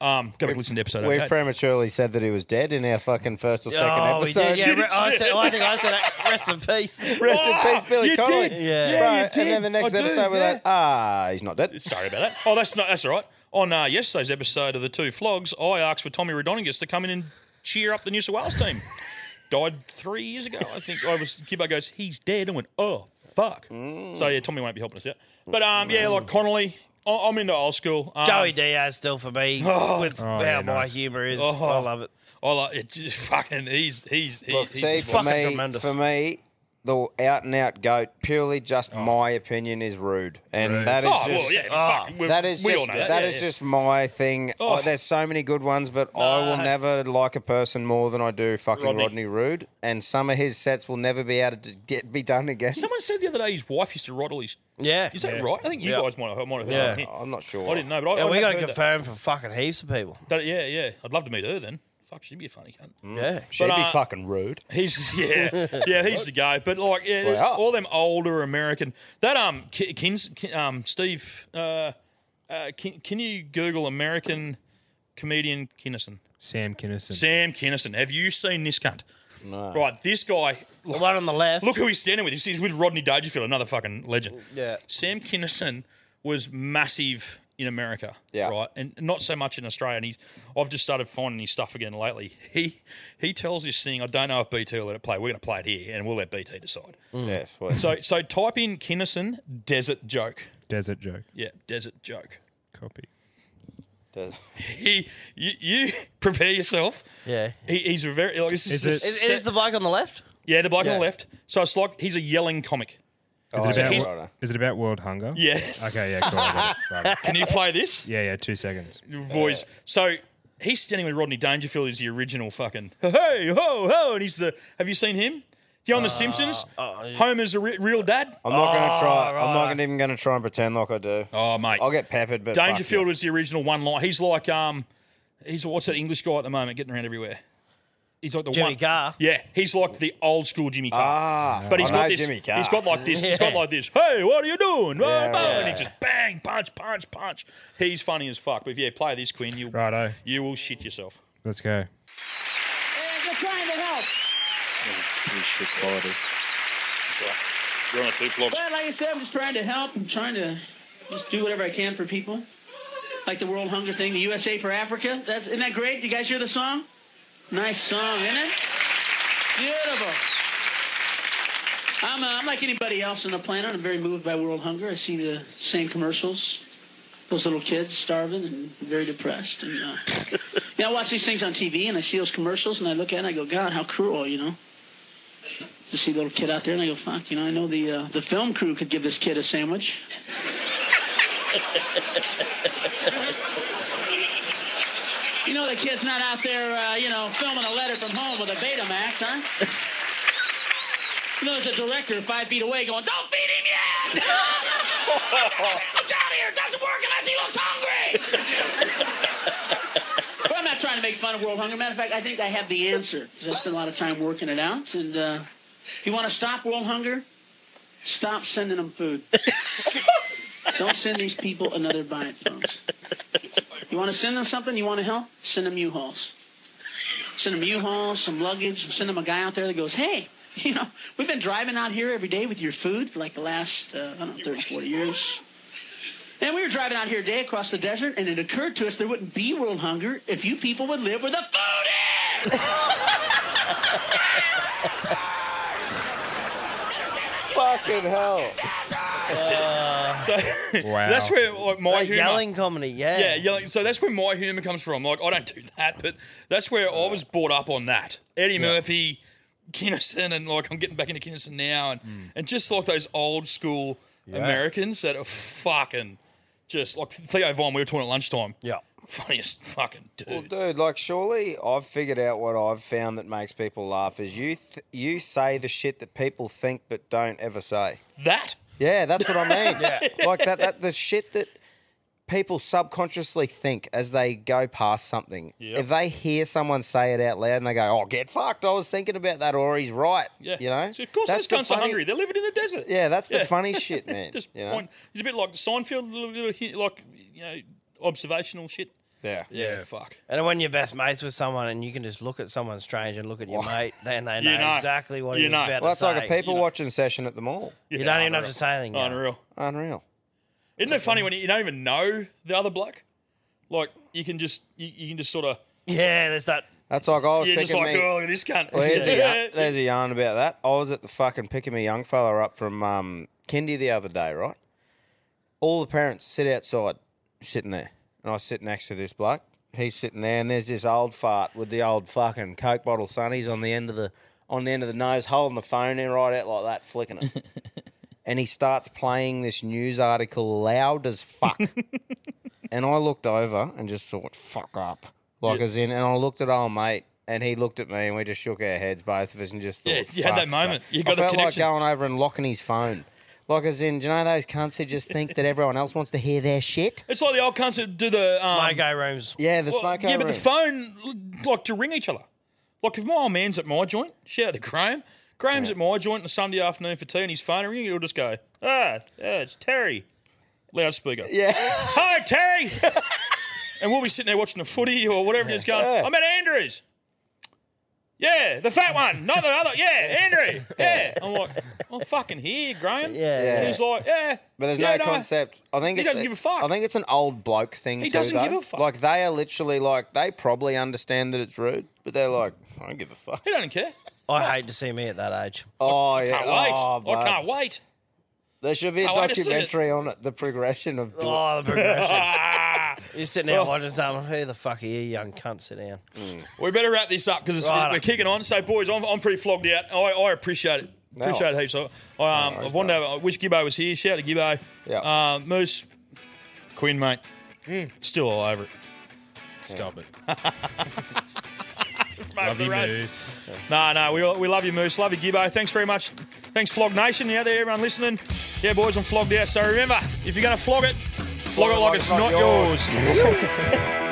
Speaker 1: um, go back and listen to episode
Speaker 8: We
Speaker 1: 88.
Speaker 8: prematurely said that he was dead in our fucking first or second
Speaker 2: Oh, we
Speaker 8: episode.
Speaker 2: did. Yeah,
Speaker 1: [laughs]
Speaker 2: re- I, said, I think I said that. Rest in peace.
Speaker 8: [laughs] Rest
Speaker 1: Oh,
Speaker 8: in peace, Billy Connolly.
Speaker 2: Yeah.
Speaker 8: Bro, And then the next episode, we're like, ah, he's not dead.
Speaker 1: Sorry about that. Oh, that's not. That's all right. On uh, yesterday's
Speaker 2: [laughs]
Speaker 1: episode of the Two Flogs, I asked for Tommy Rodongus to come in and cheer up the New South Wales team. died three years ago. I think I was. Gibbo goes, he's dead. and went, oh fuck.
Speaker 2: Mm.
Speaker 1: So yeah, Tommy won't be helping us out. But um, yeah, like Connolly, I- I'm into old school. Um,
Speaker 14: Joey Diaz still for me
Speaker 1: Oh.
Speaker 14: with
Speaker 1: Oh,
Speaker 14: how
Speaker 1: yeah,
Speaker 14: my
Speaker 1: nice.
Speaker 14: humour is.
Speaker 1: Oh.
Speaker 14: I love it.
Speaker 1: I like it. [laughs] Just fucking, he's he's he,
Speaker 2: Look,
Speaker 1: he's
Speaker 2: see, for
Speaker 1: fucking
Speaker 2: me,
Speaker 1: tremendous.
Speaker 2: For me, [laughs] the out and out goat, purely just
Speaker 1: Oh.
Speaker 2: my opinion, is rude, and
Speaker 1: Rude.
Speaker 2: that is
Speaker 1: Oh, well,
Speaker 2: just
Speaker 1: yeah,
Speaker 2: Ah,
Speaker 1: fuck, we-
Speaker 2: that is
Speaker 1: we all
Speaker 2: just
Speaker 1: know that,
Speaker 2: that
Speaker 1: yeah,
Speaker 2: is
Speaker 1: yeah.
Speaker 2: just my thing.
Speaker 1: Oh.
Speaker 2: Oh, there's so many good ones, but I will never like a person more than I do fucking
Speaker 1: Rodney.
Speaker 2: Rodney, Rude, and some of his sets will never be able to get be done again.
Speaker 1: Someone said the other day his wife used to rod all his.
Speaker 14: Yeah,
Speaker 1: is that
Speaker 14: Yeah.
Speaker 1: right? I think you
Speaker 14: Yeah.
Speaker 1: guys might have, might have heard
Speaker 14: Yeah.
Speaker 1: that.
Speaker 2: I'm not sure.
Speaker 1: I didn't know, but I,
Speaker 14: yeah,
Speaker 1: I
Speaker 14: we
Speaker 1: have
Speaker 14: got to
Speaker 1: heard that.
Speaker 14: confirm for fucking heaps of people.
Speaker 1: Don't- yeah, yeah. I'd love to meet her then. Fuck, she'd be a funny cunt.
Speaker 8: Mm,
Speaker 14: Yeah,
Speaker 1: She'd But, be uh, fucking
Speaker 2: rude.
Speaker 1: [laughs] He's yeah, yeah. He's the guy. But like, yeah,
Speaker 2: They are.
Speaker 1: all them older American. That um, Ki- Kins, Ki- um, Steve, uh, uh, can, can you Google American comedian Kinnison?
Speaker 7: Sam Kinnison.
Speaker 1: Sam Kinnison. Have you seen this cunt?
Speaker 2: No.
Speaker 1: Right, this guy. The
Speaker 14: one on the left.
Speaker 1: Look who he's standing with. He's- He's with Rodney Dangerfield, another fucking legend.
Speaker 14: Yeah.
Speaker 1: Sam Kinnison was massive in America.
Speaker 2: Yeah.
Speaker 1: Right. And not so much in Australia. And he's, I've just started finding his stuff again lately. He he tells this thing, I don't know if BT will let it play. We're going to play it here and we'll let BT decide.
Speaker 14: Mm.
Speaker 2: Yes.
Speaker 1: So so type in Kinnison desert joke.
Speaker 7: Desert joke.
Speaker 1: Yeah, desert joke.
Speaker 7: Copy.
Speaker 1: He you, you [laughs] prepare yourself.
Speaker 14: Yeah.
Speaker 1: He, he's a very like this is,
Speaker 14: Is it- Is- is the bloke on the left?
Speaker 1: Yeah, the bloke on
Speaker 14: Yeah.
Speaker 1: the left. So it's like he's a yelling comic.
Speaker 7: Is,
Speaker 1: So
Speaker 7: it about,
Speaker 1: Oh, he's-
Speaker 7: wo- is it about world hunger?
Speaker 1: Yes.
Speaker 10: [laughs]
Speaker 7: Okay, yeah, cool. I got it. Right.
Speaker 1: Can you play this?
Speaker 7: Yeah, yeah, two seconds.
Speaker 1: voice. So he's standing with Rodney Dangerfield is the original fucking hey ho ho, and he's the. Have you seen him? You on The Simpsons? Homer's a re- real dad.
Speaker 2: Uh, I'm not gonna try.
Speaker 1: Oh,
Speaker 2: I'm not
Speaker 1: right.
Speaker 2: gonna, even gonna try and pretend like I do.
Speaker 1: Oh mate,
Speaker 2: I'll get peppered. But fuck
Speaker 1: Dangerfield was the original one line. He's like um, he's what's that English guy at the moment getting around everywhere. He's like the
Speaker 14: Jimmy
Speaker 1: one.
Speaker 14: Carr.
Speaker 1: Yeah, he's like the old school Jimmy Carr.
Speaker 2: Ah,
Speaker 1: but he's
Speaker 2: I
Speaker 1: got
Speaker 2: know
Speaker 1: this.
Speaker 2: Jimmy Carr.
Speaker 1: He's got like this. He's
Speaker 2: Yeah.
Speaker 1: got like this. Hey, what are you doing?
Speaker 2: Yeah,
Speaker 1: And
Speaker 2: yeah.
Speaker 1: he just bang, punch, punch, punch. He's funny as fuck. But if you play this, Quinn, you'll
Speaker 7: Righto.
Speaker 1: you will shit yourself.
Speaker 7: Let's go.
Speaker 8: We're trying to help.
Speaker 15: Pretty shit quality. That's right. You're on a two flogs.
Speaker 8: Well, like I said, I'm just trying to help. I'm trying to just do whatever I can for people. Like the World Hunger thing, the USA for Africa. That's isn't that great? You guys hear the song? Nice song, isn't it? Beautiful. I'm, uh, I'm like anybody else on the planet. I'm very moved by world hunger. I see the same commercials. Those little kids starving and very depressed. And, uh, [laughs] yeah, I watch these things on TV and I see those commercials and I look at it and I go, God, how cruel, you know? to see a little kid out there, and I go, "Fuck, you know, I know the uh, the film crew could give this kid a sandwich." you know, the kid's not out there, uh, you know, filming a letter from home with a Betamax, huh? you know, there's a director five feet away going, "Don't feed him yet! [laughs] Sandwich out here doesn't work unless he looks hungry." But I'm not trying to make fun of world hunger. Matter of fact, I think I have the answer 'cause I spent a lot of time working it out. And uh, if you want to stop world hunger, stop sending them food. Don't send these people another bite, folks. You want to send them something? You want to help? Send them U-Hauls. Send them U-Hauls, some luggage. Send them a guy out there that goes, hey, [laughs] you know, we've been driving out here every day with your food for like the last, uh, I don't know, 30, 40 years. And we were driving out here today across the desert, and it occurred to us there wouldn't be world hunger if you people would live where the food is.
Speaker 2: Fucking hell.
Speaker 1: That's it. So [laughs] that's where like, my
Speaker 14: That
Speaker 1: humor,
Speaker 14: yelling comedy. Yeah,
Speaker 1: yeah, yelling. So that's where my humor comes from. Like I don't do that, but that's where I was brought up on that. Eddie Murphy, Kinnison, and like I'm getting back into Kinnison now, and
Speaker 2: Mm.
Speaker 1: and just like those old school
Speaker 7: Yeah.
Speaker 1: Americans that are fucking just like Theo Vaughn. We were talking at lunchtime. Yeah, funniest fucking dude.
Speaker 2: Well, dude, like surely I've figured out what I've found that makes people laugh is you th- you say the shit that people think but don't ever say.
Speaker 1: That.
Speaker 2: Yeah, that's
Speaker 1: [laughs]
Speaker 2: what I mean.
Speaker 1: Yeah.
Speaker 2: Like that that the shit that people subconsciously think as they go past something.
Speaker 1: Yep.
Speaker 2: If they hear someone say it out loud and they go, "Oh, get fucked. I was thinking about that or he's right."
Speaker 1: Yeah,
Speaker 2: You know?
Speaker 1: So of course,
Speaker 2: That's
Speaker 1: those cunts
Speaker 2: the
Speaker 1: are
Speaker 2: funny-
Speaker 1: hungry. They're living in a desert.
Speaker 2: Yeah, that's
Speaker 1: [laughs]
Speaker 2: the funny shit, man,
Speaker 1: Just
Speaker 2: you know?
Speaker 1: point. It's a bit like the Seinfeld, little, little hint, like you know, observational shit.
Speaker 2: Yeah.
Speaker 1: Yeah. Fuck.
Speaker 14: And when you're best mates with someone and you can just look at someone strange and look at your mate, then
Speaker 1: [laughs]
Speaker 14: they know,
Speaker 2: You know.
Speaker 14: exactly what
Speaker 2: You
Speaker 14: he was
Speaker 2: know.
Speaker 14: about
Speaker 2: Well,
Speaker 14: to
Speaker 2: it's
Speaker 14: say.
Speaker 2: like a people watching session at the mall.
Speaker 14: You don't even have to say anything. yeah.
Speaker 1: Unreal.
Speaker 2: Unreal.
Speaker 1: Isn't it funny when you don't even know the other bloke? Like you can just you, you can just sort of
Speaker 14: Yeah, there's that
Speaker 8: That's like I was
Speaker 1: You're
Speaker 8: picking
Speaker 1: just like,
Speaker 8: me.
Speaker 1: oh, look at this cunt.
Speaker 8: Well, there's,
Speaker 1: Yeah.
Speaker 8: a yarn, there's a yarn about that. I was at the fucking picking me young fella up
Speaker 2: uh,
Speaker 8: from um, Kindy the other day, right? All the parents sit outside, sitting there, and I sit next to this bloke. He's sitting there, and there's this old fart with the old fucking coke bottle sunnies on the end of the on the end of the nose, holding the phone in right out like that, flicking it. and he starts playing this news article loud as fuck. and I looked over and just thought, fuck up. Like,
Speaker 1: Yeah.
Speaker 8: as in, and I looked at old mate and he looked at me and we just shook our heads, both of us, and just thought,
Speaker 1: Yeah, you had that
Speaker 8: "Fuck's
Speaker 1: moment.
Speaker 8: sake."
Speaker 1: You got
Speaker 8: I
Speaker 1: the
Speaker 8: felt
Speaker 1: connection.
Speaker 8: like going over and locking his phone. Like, as in, do you know those cunts who just think that everyone else wants to hear their shit?
Speaker 1: It's like the old cunts that do the um,
Speaker 2: smoko rooms.
Speaker 8: Yeah, the smoke
Speaker 1: Yeah, but the
Speaker 8: room.
Speaker 1: phone like to ring each other. Like if my old man's at my joint, shout out to Graham. Graham's at my joint on a Sunday afternoon for tea, and his phone ringing. He'll just go, ah, yeah, it's Terry, loudspeaker.
Speaker 8: Yeah, [laughs]
Speaker 1: hi Terry. [laughs] and we'll be sitting there watching the footy or whatever. Just going, I'm at Andrews. Yeah, the fat one, not the other.
Speaker 8: [laughs]
Speaker 1: Yeah, Andrew. Yeah, I'm like, I'm fucking here, Graham.
Speaker 8: Yeah.
Speaker 1: and he's like, yeah.
Speaker 8: But there's
Speaker 1: yeah,
Speaker 8: no concept. I think
Speaker 1: He
Speaker 8: it's,
Speaker 1: doesn't give a fuck.
Speaker 8: I think it's an old bloke thing.
Speaker 1: He
Speaker 8: too,
Speaker 1: doesn't
Speaker 8: though.
Speaker 1: give a fuck.
Speaker 8: Like they are literally like they probably understand that it's rude, but they're like, I don't give a fuck.
Speaker 1: He doesn't care.
Speaker 2: I hate to see me at that age.
Speaker 8: Oh yeah,
Speaker 2: can't wait.
Speaker 8: Oh,
Speaker 2: I
Speaker 8: mate.
Speaker 2: can't
Speaker 1: wait.
Speaker 8: There should be a
Speaker 2: Can't wait to see it.
Speaker 8: documentary on it, the progression of.
Speaker 2: Oh, the
Speaker 8: [laughs]
Speaker 2: progression. You're sitting there
Speaker 1: Oh.
Speaker 2: watching something. Who the fuck are you, young cunt? Sit down.
Speaker 1: We better wrap this up because
Speaker 2: Right.
Speaker 1: we're kicking on. So, boys, I'm, I'm pretty flogged out. I, I appreciate it.
Speaker 2: No.
Speaker 1: Appreciate it heaps. I, I, um, I wanted to have, I wish Gibbo was here. Shout out to Gibbo. Yeah. Um, Moose, Quinn, mate. Still all over it.
Speaker 10: Stop
Speaker 1: it.
Speaker 10: Love you, Moose.
Speaker 1: No, no, we, all- we love you, Moose. Love you, Gibbo. Thanks very much. Thanks, Flog Nation. You out there, everyone listening? Yeah, boys, I'm flogged out. So remember, if you're going to flog it, flog, it like, it's not yours.